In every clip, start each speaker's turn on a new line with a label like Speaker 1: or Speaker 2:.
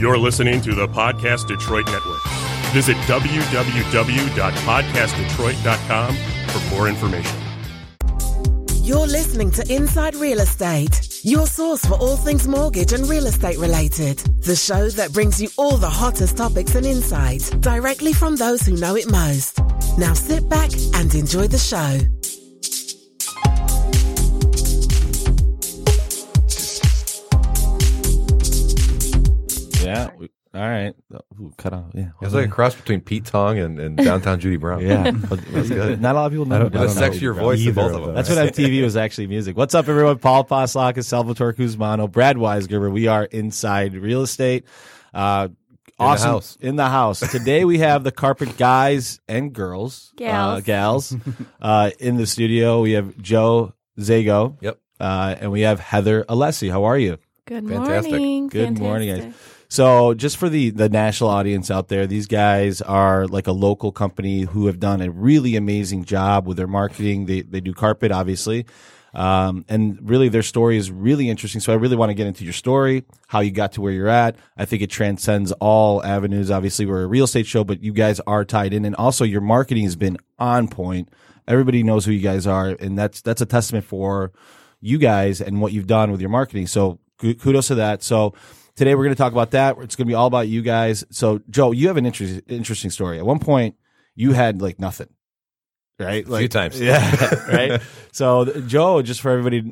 Speaker 1: You're listening to the Podcast Detroit Network. Visit www.podcastdetroit.com for more information.
Speaker 2: You're listening to Inside Real Estate, your source for all things mortgage and real estate related. The show that brings you all the hottest topics and insights directly from those who know it most. Now sit back and enjoy the show.
Speaker 3: Yeah. we- all right. Ooh, cut off. Yeah.
Speaker 4: It's like a cross between Pete Tong and, and downtown Judy Brown.
Speaker 3: yeah.
Speaker 4: That's good.
Speaker 3: Not a lot of people know.
Speaker 5: I don't-
Speaker 3: about
Speaker 5: I
Speaker 4: The
Speaker 5: don't
Speaker 3: that.
Speaker 5: know
Speaker 4: sexier
Speaker 5: about
Speaker 4: voice of
Speaker 5: either
Speaker 4: both
Speaker 5: of
Speaker 4: of them.
Speaker 3: That's what MTV was actually music. What's up, everyone? Paul Poslock is Salvatore Cusmano, Brad Weisgerber. We are inside real estate. Uh, awesome.
Speaker 4: house.
Speaker 3: In the house. Today we have the carpet guys and girls,
Speaker 6: Gals.
Speaker 3: uh, gals uh, in the studio. We have Joe Zago.
Speaker 4: Yep.
Speaker 3: Uh, and we have Heather Alessi. How are you?
Speaker 6: Good
Speaker 4: Fantastic.
Speaker 6: morning.
Speaker 3: Good morning,
Speaker 6: Fantastic.
Speaker 3: So, just for the the national audience out there, these guys are like a local company who have done a really amazing job with their marketing. They they do carpet, obviously, um, and really their story is really interesting. So, I really want to get into your story, how you got to where you're at. I think it transcends all avenues. Obviously, we're a real estate show, but you guys are tied in, and also your marketing has been on point. Everybody knows who you guys are, and that's that's a testament for you guys and what you've done with your marketing. So ku- kudos to that. So today we're going to talk about that. It's going to be all about you guys. So Joe, you have an interest, interesting story. At one point, you had like nothing, right?
Speaker 4: A
Speaker 3: Like,
Speaker 4: few times.
Speaker 3: yeah, right. So th- Joe, just for everybody,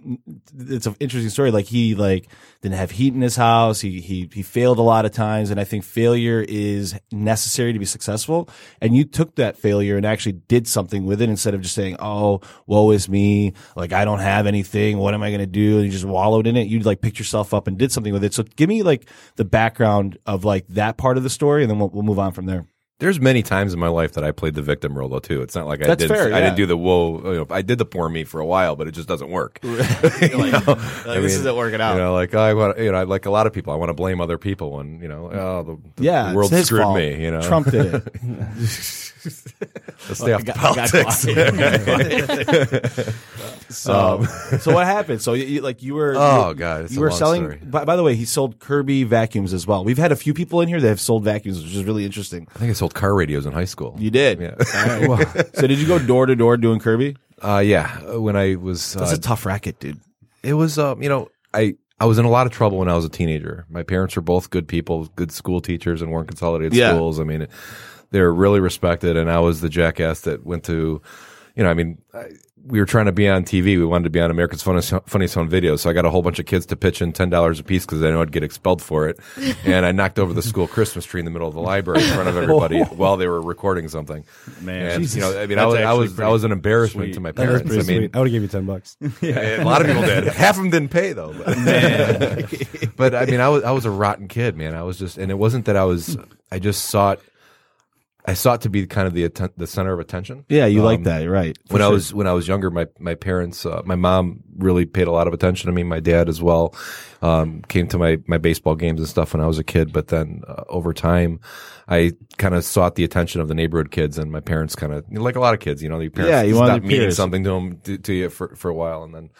Speaker 3: it's an interesting story. Like he like didn't have heat in his house. He he he failed a lot of times, and I think failure is necessary to be successful. And you took that failure and actually did something with it instead of just saying, "Oh, woe is me. Like I don't have anything. What am I going to do?" And you just wallowed in it. You like picked yourself up and did something with it. So give me like the background of like that part of the story, and then we'll, we'll move on from there.
Speaker 4: There's many times in my life that I played the victim role though too. It's not like I
Speaker 3: That's
Speaker 4: did
Speaker 3: fair,
Speaker 4: I
Speaker 3: yeah.
Speaker 4: didn't do the whoa. You know, I did the poor me for a while, but it just doesn't work. You know? I
Speaker 3: this
Speaker 4: mean,
Speaker 3: isn't working out.
Speaker 4: You know, like I want. You know, like a lot of people, I want to blame other people, and you know, oh, the, the
Speaker 3: yeah,
Speaker 4: world
Speaker 3: it's his
Speaker 4: screwed
Speaker 3: fault.
Speaker 4: me. You know,
Speaker 3: Trump did it.
Speaker 4: Let's stay off
Speaker 3: got-
Speaker 4: the
Speaker 3: I got
Speaker 4: politics.
Speaker 3: So, so what happened? So, you, you- like, you were
Speaker 4: Um, Oh,
Speaker 3: you,
Speaker 4: God, it's
Speaker 3: you
Speaker 4: a
Speaker 3: were
Speaker 4: long
Speaker 3: selling.
Speaker 4: story.
Speaker 3: By, by the way, he sold Kirby vacuums as well. We've had a few people in here that have sold vacuums, which is really interesting.
Speaker 4: I think I sold car radios in high school.
Speaker 3: You did.
Speaker 4: Yeah.
Speaker 3: All right. so, did you go door to door doing Kirby?
Speaker 4: Uh, yeah. When I was,
Speaker 3: That's
Speaker 4: uh,
Speaker 3: a tough racket, dude.
Speaker 4: it was, um, you know, I I was in a lot of trouble when I was a teenager. My parents were both good people, good school teachers, and weren't consolidated
Speaker 3: Yeah.
Speaker 4: schools. I mean, they were really respected, and I was the jackass that went to, you know, I mean. I, we were trying to be on TV. We wanted to be on America's Funniest, Funniest Home Videos. So I got a whole bunch of kids to pitch in ten dollars a piece because I know I'd get expelled for it. and I knocked over the school Christmas tree in the middle of the library in front of everybody while they were recording something.
Speaker 5: Man.
Speaker 4: And, you know, I mean, I
Speaker 5: That's
Speaker 4: was, I
Speaker 5: actually
Speaker 4: was, I
Speaker 5: pretty
Speaker 4: was an embarrassment
Speaker 5: sweet.
Speaker 4: to my
Speaker 5: That is
Speaker 4: parents. I
Speaker 5: pretty
Speaker 4: mean,
Speaker 5: sweet. I would have gave you ten bucks.
Speaker 4: a lot of people did. Half of them didn't pay though. But, but, I mean, I was I was a rotten kid, man. I was just, and it wasn't that I was. I just sought, I sought to be kind of the atten- the center of attention.
Speaker 3: Yeah, you like
Speaker 4: Um,
Speaker 3: that, you're right?
Speaker 4: When I was when I was younger, my my parents, uh, my mom really paid a lot of attention to me. My dad as well um, came to my my baseball games and stuff when I was a kid. But then uh, over time, I kind of sought the attention of the neighborhood kids, and my parents kind of like a lot of kids, you know, your parents
Speaker 3: Yeah, you want
Speaker 4: stop
Speaker 3: your
Speaker 4: meaning
Speaker 3: peers.
Speaker 4: something to them to, to you for for a while, and then.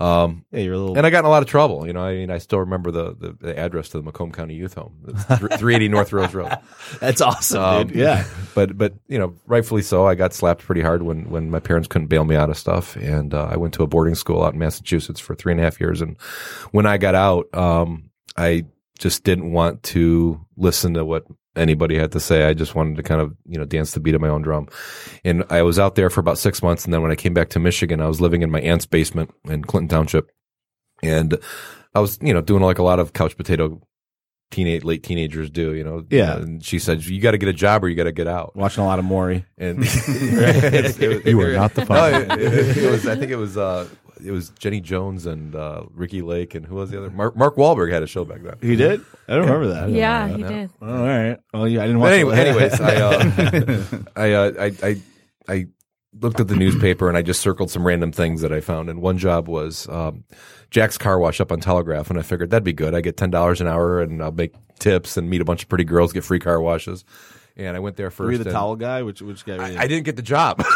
Speaker 3: yeah, you're a little.
Speaker 4: And I got in a lot of trouble. You know, I mean, I still remember the, the, the address to the Macomb County Youth Home, It's thr- 380 North Rose Road.
Speaker 3: that's awesome,
Speaker 4: Um,
Speaker 3: dude. Yeah,
Speaker 4: But, but you know, rightfully so, I got slapped pretty hard when, when my parents couldn't bail me out of stuff. And uh, I went to a boarding school out in Massachusetts for three and a half years. And when I got out, um, I just didn't want to listen to what anybody had to say. I just wanted to kind of, you know, dance the beat of my own drum. And I was out there for about six months. And then when I came back to Michigan, I was living in my aunt's basement in Clinton Township. And I was, you know, doing like a lot of couch potato teenage, late teenagers do, you know? uh,
Speaker 3: Yeah.
Speaker 4: And she said, you got to get a job or you got to get out.
Speaker 3: watching a lot of Maury.
Speaker 4: And it's- it-
Speaker 5: You are not the
Speaker 4: no,
Speaker 5: fun.
Speaker 4: it, it- it was, I think it was, uh, it was Jenny Jones and uh, Ricky Lake and who was the other? Mark, Mark Wahlberg had a show back then.
Speaker 3: He did. I don't remember that.
Speaker 6: Yeah,
Speaker 4: Yeah.
Speaker 6: he did.
Speaker 3: Oh, all right. Well, yeah, I didn't watch.
Speaker 4: But
Speaker 3: it.
Speaker 4: anyway, anyways, I, uh, I, uh, I, I, I looked at the newspaper and I just circled some random things that I found. And one job was um, Jack's car wash up on Telegraph, and I figured that'd be good. I get ten dollars an hour, and I'll make tips and meet a bunch of pretty girls, get free car washes. and I went there first.
Speaker 3: Were you the
Speaker 4: and-
Speaker 3: towel guy? Which which guy? were you?
Speaker 4: I didn't get the job.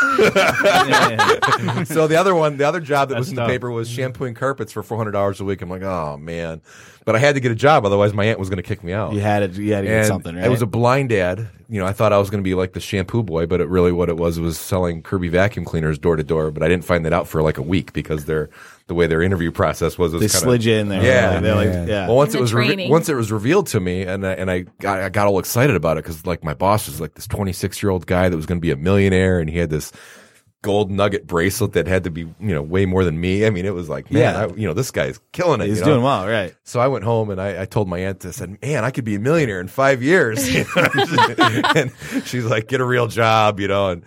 Speaker 4: so the other one, the other job that was in the
Speaker 5: tough.
Speaker 4: paper was shampooing carpets for four hundred dollars a week. I'm like, oh man, but I had to get a job, otherwise my aunt was going to kick me out.
Speaker 3: You had it. You had to get
Speaker 4: and
Speaker 3: something. Right?
Speaker 4: It was a blind ad. You know, I thought I was going to be like the shampoo boy, but it really what it was was selling Kirby vacuum cleaners door to door. But I didn't find that out for like a week because their the way their interview process was, was
Speaker 3: they
Speaker 4: kinda-
Speaker 3: slid you in there.
Speaker 4: Yeah,
Speaker 3: They're like, yeah.
Speaker 4: well, once
Speaker 6: And
Speaker 4: it
Speaker 6: the
Speaker 4: was reve-
Speaker 6: training.
Speaker 4: once it was revealed to me, and I, and I got I got all excited about it because like my boss was like this twenty six year old guy that was going to be a millionaire, and he had this gold nugget bracelet that had to be you know way more than me. I mean, it was like man,
Speaker 3: Yeah.
Speaker 4: I, you know this guy's killing it.
Speaker 3: He's
Speaker 4: you know?
Speaker 3: doing well, right?
Speaker 4: So I went home and I, I told my aunt, I said, man, I could be a millionaire in five years. You know? and she's like, get a real job, you know. And,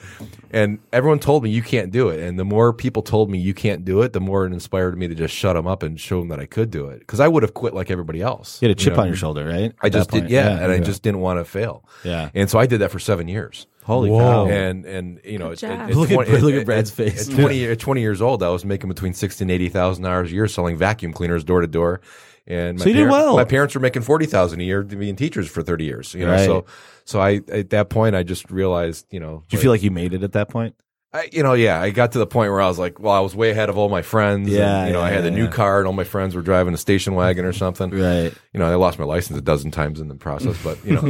Speaker 4: and everyone told me you can't do it. And the more people told me you can't do it, the more it inspired me to just shut them up and show them that I could do it. Cause I would have quit like everybody else.
Speaker 3: You had a
Speaker 4: you
Speaker 3: chip
Speaker 4: know?
Speaker 3: on your shoulder, right?
Speaker 4: I
Speaker 3: At that
Speaker 4: just did,
Speaker 3: point.
Speaker 4: yeah, and I just didn't want to fail.
Speaker 3: Yeah.
Speaker 4: and so I did that for seven years.
Speaker 3: Holy
Speaker 5: Whoa.
Speaker 3: cow!
Speaker 4: And and you know, it-
Speaker 6: Good
Speaker 4: it-
Speaker 6: job.
Speaker 4: it's
Speaker 3: Look at-
Speaker 4: 20
Speaker 3: look at Brad's face.
Speaker 4: At twenty, at twenty years old, I was making between sixty and eighty thousand dollars a year selling vacuum cleaners door to door. And my
Speaker 3: So you did
Speaker 4: parent-
Speaker 3: well.
Speaker 4: My parents were making forty thousand a year being teachers for thirty years. You know,
Speaker 3: Right.
Speaker 4: so so I at that point I just realized, you know,
Speaker 3: Do you feel like you made it at that point?
Speaker 4: I, you know, yeah, I got to the point where I was like, well, I was way ahead of all my friends. and,
Speaker 3: Yeah,
Speaker 4: you know, I
Speaker 3: yeah,
Speaker 4: had a
Speaker 3: yeah,
Speaker 4: new
Speaker 3: yeah.
Speaker 4: car, and all my friends were driving a station wagon or something
Speaker 3: Right.
Speaker 4: you know, I lost my license a dozen times in the process, but you know,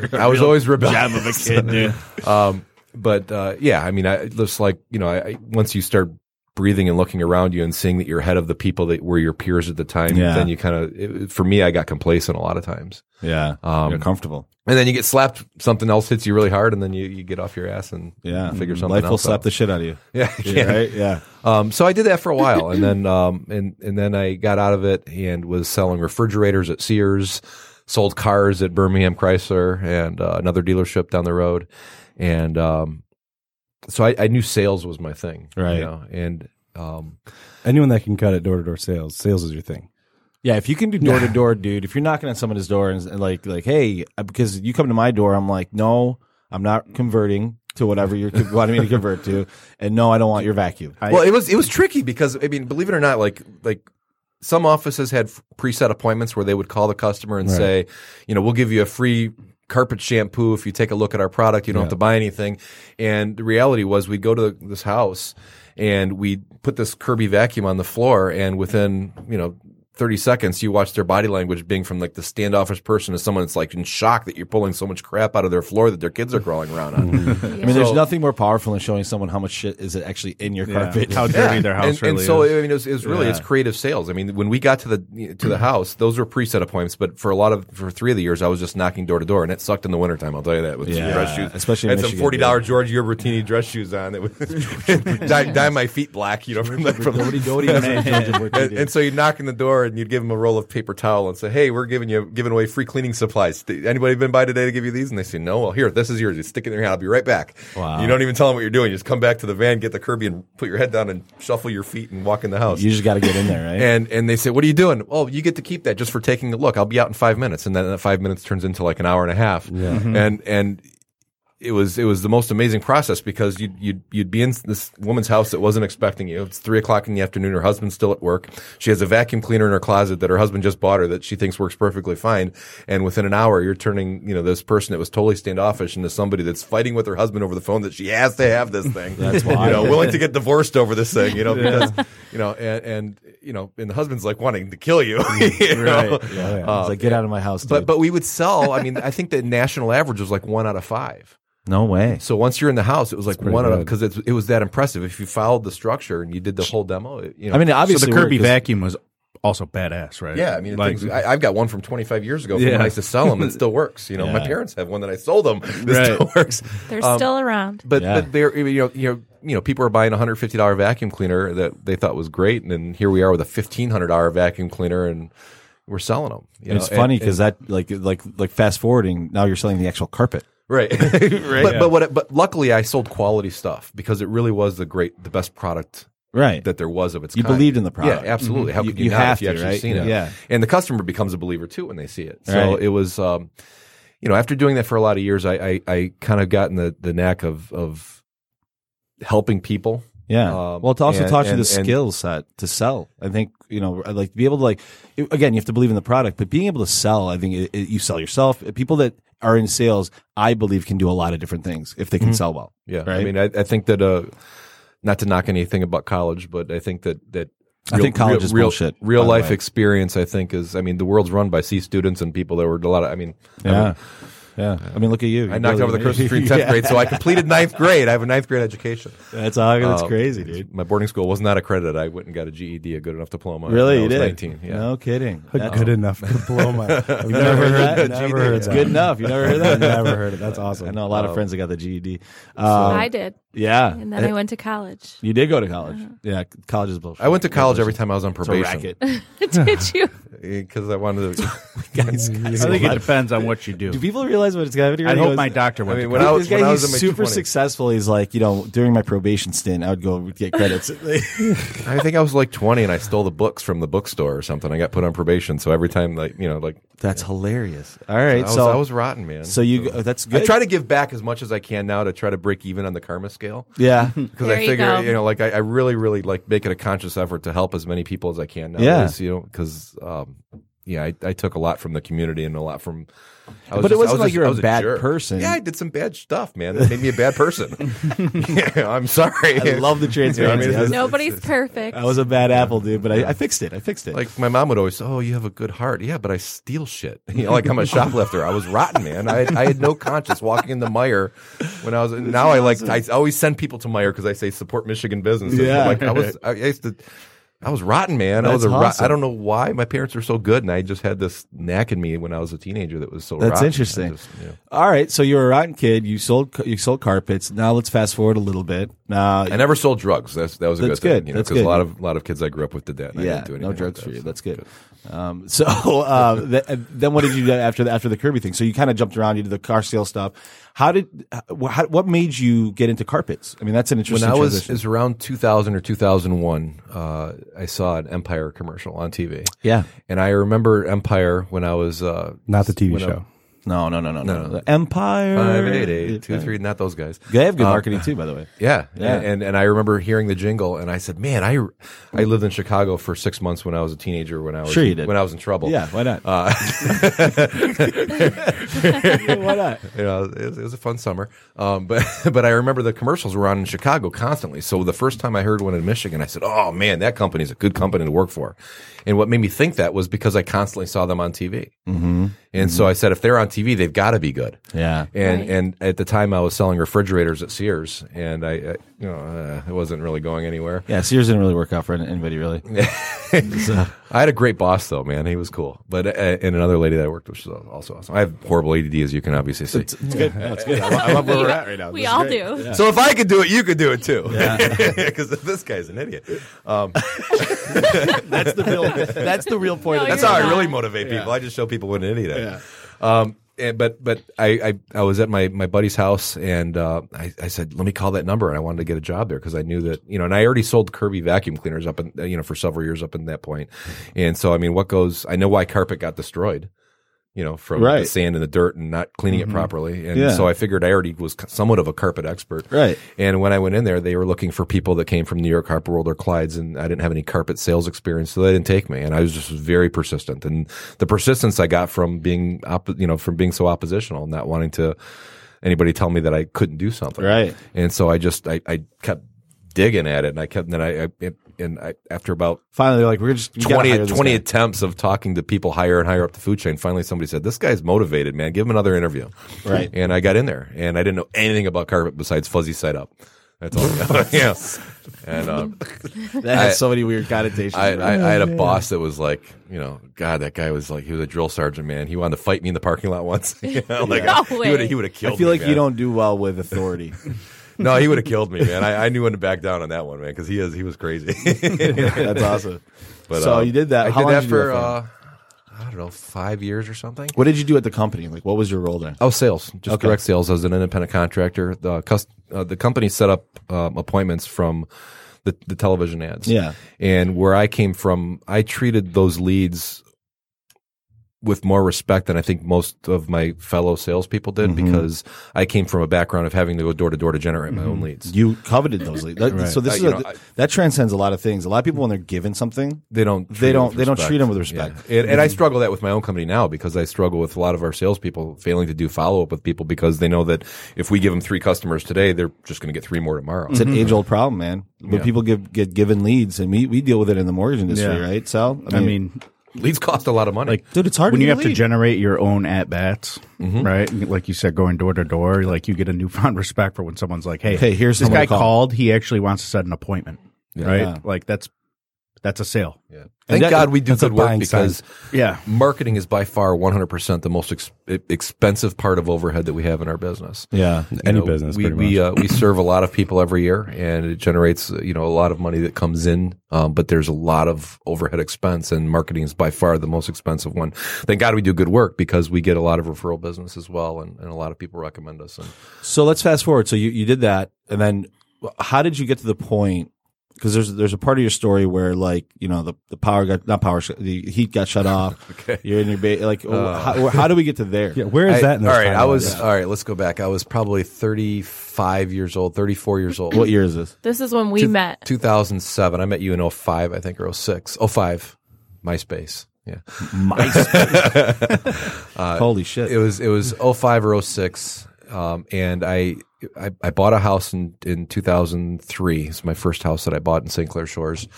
Speaker 4: um, I was always
Speaker 5: Job
Speaker 4: rebellious.
Speaker 5: of a kid, dude.
Speaker 4: Um, but uh, yeah, I mean, I just like you know, I, I once you start breathing and looking around you and seeing that you're ahead of the people that were your peers at the time,
Speaker 3: Yeah.
Speaker 4: then you kind of, for me, I got complacent a lot of times,
Speaker 3: Yeah.
Speaker 4: Um,
Speaker 3: You're comfortable.
Speaker 4: and then you get slapped. Something else hits you really hard, and then you, you get off your ass and
Speaker 3: Yeah. Mm-hmm.
Speaker 4: figure something.
Speaker 3: Life will
Speaker 4: else
Speaker 3: slap
Speaker 4: out.
Speaker 3: the shit out of you.
Speaker 4: yeah,
Speaker 3: Yeah. Right. Yeah.
Speaker 4: um, so I did that for a while, and then um, and and then I got out of it and was selling refrigerators at Sears, sold cars at Birmingham Chrysler and uh, another dealership down the road, and um, so I, I knew sales was my thing,
Speaker 3: Right.
Speaker 4: You know? And um,
Speaker 7: Anyone that can cut at door to door sales, sales is your thing.
Speaker 3: Yeah, if you can do door to door, dude. If you're knocking on someone's door and s- like, like, hey, uh, because you come to my door, I'm like, no, I'm not converting to whatever you're co- wanting me to convert to, and no, I don't want your vacuum.
Speaker 4: well, it was it was tricky because I mean, believe it or not, like like. Some offices had f- preset appointments where they would call the customer and say, you know, we'll give you a free carpet shampoo if you take a look at our product. You don't have to buy anything. And the reality was, we'd go to the, this house and we put this Kirby vacuum on the floor, and within you know. 30 seconds, you watch their body language being from like the standoffish person to someone that's like in shock that you're pulling so much crap out of their floor that their kids are crawling around on.
Speaker 3: I mean, there's nothing more powerful than showing someone how much shit is it actually in your carpet.
Speaker 5: How dirty their house
Speaker 4: and,
Speaker 5: really
Speaker 4: and so
Speaker 5: is.
Speaker 4: I mean, it was, it was really it's creative sales. I mean, when we got to the
Speaker 5: Mm.
Speaker 4: to the house, those were preset appointments. But for a lot of for three of the years, I was just knocking door to door, and it sucked in the wintertime. I'll tell you that with
Speaker 3: Yeah,
Speaker 4: dress shoes,
Speaker 3: especially
Speaker 4: I
Speaker 3: in
Speaker 4: had some
Speaker 3: Michigan,
Speaker 4: forty dollar George Ubertini dress shoes on that would dye, dye my feet black. You know, from, from and, and so you'd knock on the door and you'd give them a roll of paper towel and say, "Hey, we're giving you giving away free cleaning supplies. Th- Anybody been by today to give you these?" And they say, "No." Well, here, this is yours. You stick it in your hand. I'll be right back.
Speaker 3: Wow.
Speaker 4: You don't even tell them what you're doing. You just come back to the van, get the Kirby, and put your head down and shuffle your feet and walk in the house.
Speaker 3: You just got to get in there, right?
Speaker 4: and and they say, "What are you doing?" Well, you get to keep that just for taking a look. I'll be out in five minutes, and then that five minutes turns into like an hour and a half. And and it was it was the most amazing process because you'd you'd you'd be in this woman's house that wasn't expecting you. It's three o'clock in the afternoon. Her husband's still at work. She has a vacuum cleaner in her closet that her husband just bought her that she thinks works perfectly fine. And within an hour, you're turning you know this person that was totally standoffish into somebody that's fighting with her husband over the phone that she has to have this thing. that's why you know willing to get divorced over this thing. You know because you know and, and you know and the husband's like wanting to kill you. you know? Uh,
Speaker 3: Right. Yeah. it's
Speaker 5: Oh,
Speaker 3: like, get out of my house,
Speaker 4: But
Speaker 3: dude.
Speaker 4: but we would sell. I mean, I think the national average was like one out of five.
Speaker 3: no way.
Speaker 4: So once you're in the house, it was like one of
Speaker 7: good.
Speaker 4: because it, it was that impressive. If you followed the structure and you did the whole demo, it, you know.
Speaker 3: I mean, it
Speaker 5: So
Speaker 3: obviously,
Speaker 5: the Kirby
Speaker 3: worked 'cause-
Speaker 5: vacuum was also badass, right?
Speaker 4: yeah, I mean,
Speaker 5: like,
Speaker 4: things, I, I've got one from 25 years ago. From when I used to sell them, it still works. You know, my parents have one that I sold them. This still works.
Speaker 6: They're
Speaker 4: um,
Speaker 6: still around.
Speaker 4: But
Speaker 3: Yeah.
Speaker 4: but they're you know you know you know people are buying a hundred fifty dollar vacuum cleaner that they thought was great, and then here we are with a fifteen hundred dollar vacuum cleaner, and we're selling them. You
Speaker 3: And it's
Speaker 4: know, and-
Speaker 3: funny because that, like, like, like, fast forwarding. Now you're selling the actual carpet.
Speaker 4: Right. but but what but luckily I sold quality stuff because it really was the great the best product
Speaker 3: Right.
Speaker 4: that there was of its
Speaker 3: You
Speaker 4: kind.
Speaker 3: believed in the product. Mm-hmm.
Speaker 4: Yeah, absolutely. How
Speaker 3: You-
Speaker 4: could you,
Speaker 3: you
Speaker 4: not
Speaker 3: have
Speaker 4: if you
Speaker 3: to,
Speaker 4: actually
Speaker 3: right?
Speaker 4: seen it?
Speaker 3: Yeah.
Speaker 4: And the customer becomes a believer too when they see it. So
Speaker 3: Right.
Speaker 4: it was um, you know, after doing that for a lot of years, I I, I kind of gotten the, the knack of of helping people.
Speaker 3: Yeah.
Speaker 4: Um,
Speaker 3: well, it also
Speaker 4: and-
Speaker 3: taught you the
Speaker 4: and- and-
Speaker 3: skill set to sell. I think you know, like to be able to like, it- again, you have to believe in the product, but being able to sell, I think it, it, you sell yourself. People that are in sales, I believe can do a lot of different things if they
Speaker 4: Mm-hmm.
Speaker 3: can sell well.
Speaker 4: Yeah, I
Speaker 3: Right?
Speaker 4: mean, I, I think that uh, not to knock anything about college, but I think that that
Speaker 3: I think college is
Speaker 4: real,
Speaker 3: bullshit,
Speaker 4: Real
Speaker 3: by the
Speaker 4: life
Speaker 3: way.
Speaker 4: experience, I think, is. I mean, the world's run by C students and people that were a lot of. I mean, I mean,
Speaker 3: Yeah. Yeah. I mean, look at you.
Speaker 4: I knocked over the Christmas tree in tenth
Speaker 3: Yeah.
Speaker 4: grade, so I completed ninth grade. I have a ninth grade education.
Speaker 3: That's, all, that's
Speaker 4: Uh,
Speaker 3: crazy, dude.
Speaker 4: My boarding school was not accredited. I went and got a GED, a good enough diploma.
Speaker 3: Really?
Speaker 4: when I
Speaker 3: You
Speaker 4: was
Speaker 3: did?
Speaker 4: Nineteen. Yeah. Um,
Speaker 3: No kidding.
Speaker 7: A
Speaker 3: That's-
Speaker 7: good enough diploma. I've
Speaker 3: Never
Speaker 7: never
Speaker 3: heard
Speaker 7: heard
Speaker 3: that? Never
Speaker 7: that. Never heard
Speaker 3: It's
Speaker 7: that.
Speaker 3: good enough. You never heard that?
Speaker 7: Never heard it. That's awesome.
Speaker 3: I know a lot of friends that got the GED. Um,
Speaker 6: I did,
Speaker 3: yeah.
Speaker 6: and then I went Uh-huh. to college.
Speaker 3: You did go to college. Yeah, c- college is bullshit.
Speaker 4: I went to college every
Speaker 3: Bullshit.
Speaker 4: time I was on
Speaker 3: It's a
Speaker 4: probation
Speaker 3: racket.
Speaker 6: did you?
Speaker 4: because I wanted to.
Speaker 5: I think it depends on what you do.
Speaker 3: Do people realize what it's happening?
Speaker 5: I hope my doctor
Speaker 4: I
Speaker 5: went.
Speaker 4: mean,
Speaker 5: to
Speaker 4: when I
Speaker 5: college.
Speaker 4: was
Speaker 3: this guy
Speaker 4: when I
Speaker 3: he's
Speaker 4: was in my
Speaker 3: super
Speaker 4: 20s.
Speaker 3: successful. He's like, you know, during my probation stint, I would go get credits.
Speaker 4: I think I was like 20 and I stole the books from the bookstore or something. I got put on probation. So every time, like, you know, like,
Speaker 3: That's hilarious. All right,
Speaker 4: I was,
Speaker 3: so
Speaker 4: I was rotten, man.
Speaker 3: so you go- that's
Speaker 4: I
Speaker 3: good.
Speaker 4: try to give back as much as I can now to try to break even on the karma scale.
Speaker 3: yeah,
Speaker 4: Because
Speaker 6: There
Speaker 4: I
Speaker 6: you
Speaker 4: figure,
Speaker 6: go.
Speaker 4: you, know, like, I, I really, really like making a conscious effort to help as many people as I can now.
Speaker 3: Yeah.
Speaker 4: You know, because, um, yeah, I, I took a lot from the community and a lot from. I was
Speaker 3: But it
Speaker 4: just- I
Speaker 3: wasn't
Speaker 4: was
Speaker 3: like
Speaker 4: just-
Speaker 3: you were
Speaker 4: I
Speaker 3: a
Speaker 4: was
Speaker 3: bad
Speaker 4: jerk.
Speaker 3: person.
Speaker 4: Yeah, I did some bad stuff, man. That made me a bad person. yeah, I'm sorry.
Speaker 3: I love the transparency.
Speaker 4: it's-
Speaker 3: I, was,
Speaker 6: Nobody's perfect.
Speaker 3: I was a bad apple, dude, but I, I fixed it. I fixed it.
Speaker 4: Like my mom would always, say, oh, you have a good heart. Yeah, but I steal shit. You know, like I'm a shoplifter. I was rotten, man. I, I had no conscience walking in the mire when I was. Now I like I always send people to mire because I say support Michigan businesses. But,
Speaker 3: Yeah.
Speaker 4: like I was. I, I used to. I was rotten, man. I was a
Speaker 3: That's
Speaker 4: rot-
Speaker 3: awesome.
Speaker 4: I don't know why my parents were so good, and I just had this knack in me when I was a teenager that was so.
Speaker 3: That's
Speaker 4: rotten. I
Speaker 3: interesting.
Speaker 4: just, you know.
Speaker 3: All right, so you were a rotten kid. You sold you sold carpets. Now let's fast forward a little bit. Uh,
Speaker 4: I never sold drugs. That's that was a
Speaker 3: That's
Speaker 4: good
Speaker 3: good.
Speaker 4: thing. You know,
Speaker 3: That's
Speaker 4: because a
Speaker 3: good.
Speaker 4: lot of lot of kids I grew up with did that. And I
Speaker 3: yeah,
Speaker 4: didn't do anything
Speaker 3: no
Speaker 4: like
Speaker 3: drugs
Speaker 4: that,
Speaker 3: for you.
Speaker 4: so.
Speaker 3: That's good. Um, so uh, th- and then what did you do after the, after the Kirby thing? So you kind of jumped around. You did the car sale stuff. How did uh, wh- how, what made you get into carpets? I mean, that's an
Speaker 4: when
Speaker 3: interesting
Speaker 4: I was it
Speaker 3: transition.
Speaker 4: was around 2000 or 2001, uh, I saw an Empire commercial on TV.
Speaker 3: Yeah.
Speaker 4: and I remember Empire when I was uh,
Speaker 7: Not the TV
Speaker 4: when I-
Speaker 7: show.
Speaker 3: no, no, no, no, no. The Empire.
Speaker 4: Five, eight, eight, two, Uh, three, not those guys.
Speaker 3: They have good marketing too, by the way.
Speaker 4: Yeah,
Speaker 3: Yeah.
Speaker 4: And, and I remember hearing the jingle, and I said, "Man, I I lived in Chicago for six months when I was a teenager. When I was
Speaker 3: Sure you did.
Speaker 4: when I was in trouble.
Speaker 3: Yeah, why not?
Speaker 4: uh,
Speaker 3: why not?
Speaker 4: you know, it was, it was a fun summer. Um, but but I remember the commercials were on in Chicago constantly. So the first time I heard one in Michigan, I said, "Oh man, that company's a good company to work for." And what made me think that was because I constantly saw them on TV. Mm-hmm. And so I said, if they're on TV, they've got to be good.
Speaker 3: Yeah.
Speaker 4: And and at the time, I was selling refrigerators at Sears, and I, I you know uh, it wasn't really going anywhere.
Speaker 3: Yeah, Sears didn't really work out for anybody, really.
Speaker 4: I had a great boss though, man. He was cool. But uh, and another lady that I worked with was also awesome. I have horrible ADD, as you can obviously see.
Speaker 3: It's good. No, it's good.
Speaker 4: I love where we're at right now.
Speaker 6: we
Speaker 4: This is
Speaker 6: all
Speaker 4: great.
Speaker 6: do.
Speaker 4: So if I could do it, you could do it too. Because this guy's an idiot. Um,
Speaker 3: That's the real. That's the real point.
Speaker 6: No,
Speaker 3: of
Speaker 6: you're
Speaker 4: that's how I
Speaker 6: not.
Speaker 4: really motivate people. I just show people what an idiot I am. Um, and- but but I, I, I was at my, my buddy's house and uh, I, I said let me call that number and I wanted to get a job there because I knew that you know and I already sold Kirby vacuum cleaners up in uh, you know for several years up in that point and so I mean what goes I know why carpet got destroyed you know from
Speaker 3: Right. Mm-hmm.
Speaker 4: the sand and the dirt and not cleaning it properly and
Speaker 3: Yeah.
Speaker 4: so I figured I already was somewhat of a carpet expert
Speaker 3: Right.
Speaker 4: and when I went in there, they were looking for people that came from New York Harper World or Clyde's, and I didn't have any carpet sales experience, so they didn't take me. And I was just very persistent, and the persistence I got from being, oppo- you know, from being so oppositional and not wanting to anybody tell me that I couldn't do something.
Speaker 3: Right.
Speaker 4: And so I just I, I kept digging at it, and I kept and then I, I and I after about
Speaker 3: Finally, they're like, we're just we gotta hire
Speaker 4: 20,
Speaker 3: this
Speaker 4: 20
Speaker 3: guy.
Speaker 4: attempts of talking to people higher and higher up the food chain. Finally, somebody said, This guy's motivated, man. Give him another interview.
Speaker 3: Right.
Speaker 4: And I got in there and I didn't know anything about carpet besides fuzzy side up. That's all I know. yeah. And um,
Speaker 3: That has
Speaker 4: I-
Speaker 3: so many weird connotations.
Speaker 4: I,
Speaker 3: bro.
Speaker 4: I, I had a boss that was like, you know, God, that guy was like, he was a drill sergeant, man. He wanted to fight me in the parking lot once. You know, like,
Speaker 6: No
Speaker 4: he
Speaker 6: way.
Speaker 4: would have he would've killed
Speaker 3: I feel
Speaker 4: me,
Speaker 3: like you
Speaker 4: man.
Speaker 3: don't do well with authority.
Speaker 4: No, he would have killed me, man. I, I knew when to back down on that one, man, because he is he was crazy.
Speaker 3: That's awesome.
Speaker 4: But,
Speaker 3: so
Speaker 4: uh,
Speaker 3: you did that.
Speaker 4: I
Speaker 3: How
Speaker 4: did
Speaker 3: long
Speaker 4: that
Speaker 3: did you do
Speaker 4: for
Speaker 3: that for?
Speaker 4: uh, I don't know, five years or something.
Speaker 3: What did you do at the company? Like, what was your role there?
Speaker 4: Oh, sales, just
Speaker 3: Okay.
Speaker 4: direct sales as an independent contractor. The cus- uh, the company set up um, appointments from the, the television ads.
Speaker 3: Yeah.
Speaker 4: and where I came from, I treated those leads with more respect than I think most of my fellow salespeople did
Speaker 3: Mm-hmm.
Speaker 4: because I came from a background of having to go door to door to generate my
Speaker 3: Mm-hmm.
Speaker 4: own leads.
Speaker 3: You coveted those leads. That- So this
Speaker 4: Uh,
Speaker 3: is
Speaker 4: you
Speaker 3: a,
Speaker 4: know, I-
Speaker 3: that transcends a lot of things. A lot of people when they're given something,
Speaker 4: they don't
Speaker 3: They
Speaker 4: treat 'em
Speaker 3: don't-
Speaker 4: with
Speaker 3: they don't
Speaker 4: respect.
Speaker 3: treat 'em with respect. Mm-hmm.
Speaker 4: Yeah. And, and I struggle that with my own company now because I struggle with a lot of our salespeople failing to do follow up with people because they know that if we give them three customers today, they're just going to get three more tomorrow.
Speaker 3: it's an age old problem, man. When people give, get given leads, and we, we deal with it in the mortgage industry,
Speaker 5: Yeah.
Speaker 3: right? Sal,
Speaker 5: I mean,
Speaker 4: Leads cost a lot of money.
Speaker 5: like,
Speaker 3: Dude, it's hard
Speaker 5: when
Speaker 3: to
Speaker 5: you
Speaker 3: get
Speaker 5: have
Speaker 3: a
Speaker 5: to
Speaker 3: lead.
Speaker 5: generate your own at bats,
Speaker 3: Mm-hmm.
Speaker 5: right? And Like you said, going door to door, like you get a newfound respect for when someone's like, "Hey,
Speaker 3: Hey, here's
Speaker 5: this
Speaker 3: someone
Speaker 5: guy
Speaker 3: to call."
Speaker 5: called. He actually wants to set an appointment, right?
Speaker 3: Yeah.
Speaker 5: Like that's that's a sale.
Speaker 4: Yeah. Thank
Speaker 3: that-
Speaker 4: God we do
Speaker 7: that's a
Speaker 4: good work
Speaker 7: buying
Speaker 4: because
Speaker 7: sign.
Speaker 5: Yeah.
Speaker 4: marketing is by far 100% the most ex- e, expensive part of overhead that we have in our business.
Speaker 3: yeah,
Speaker 4: You
Speaker 7: Any
Speaker 4: know,
Speaker 7: business,
Speaker 4: we
Speaker 7: pretty
Speaker 4: we, uh, we serve a lot of people every year, and it generates uh, you know a lot of money that comes in. Um, but there's a lot of overhead expense, and marketing is by far the most expensive one. Thank God we do good work because we get a lot of referral business as well, and, and a lot of people recommend us. And
Speaker 3: So let's fast forward. So you, you did that, and then how did you get to the point? Because there's there's a part of your story where like you know the, the power got not power sh- the heat got shut off. okay. You're in your ba-
Speaker 4: Uh,
Speaker 3: like how, how do we get to there?
Speaker 7: Yeah, where is
Speaker 4: I-
Speaker 7: that? In
Speaker 4: all right, I was
Speaker 7: timelines?
Speaker 4: all right. Let's go back. I was probably 35 years old, 34 years old.
Speaker 3: What year is this?
Speaker 6: This is when we
Speaker 4: Two-
Speaker 6: met.
Speaker 4: 2007. I met you in 05, I think, or 06. 05, MySpace. Yeah.
Speaker 3: Holy shit!
Speaker 4: Uh, It was it was 05 or 06 um, and I, I I bought a house in in 2003. It's my first house that I bought in St. Clair Shores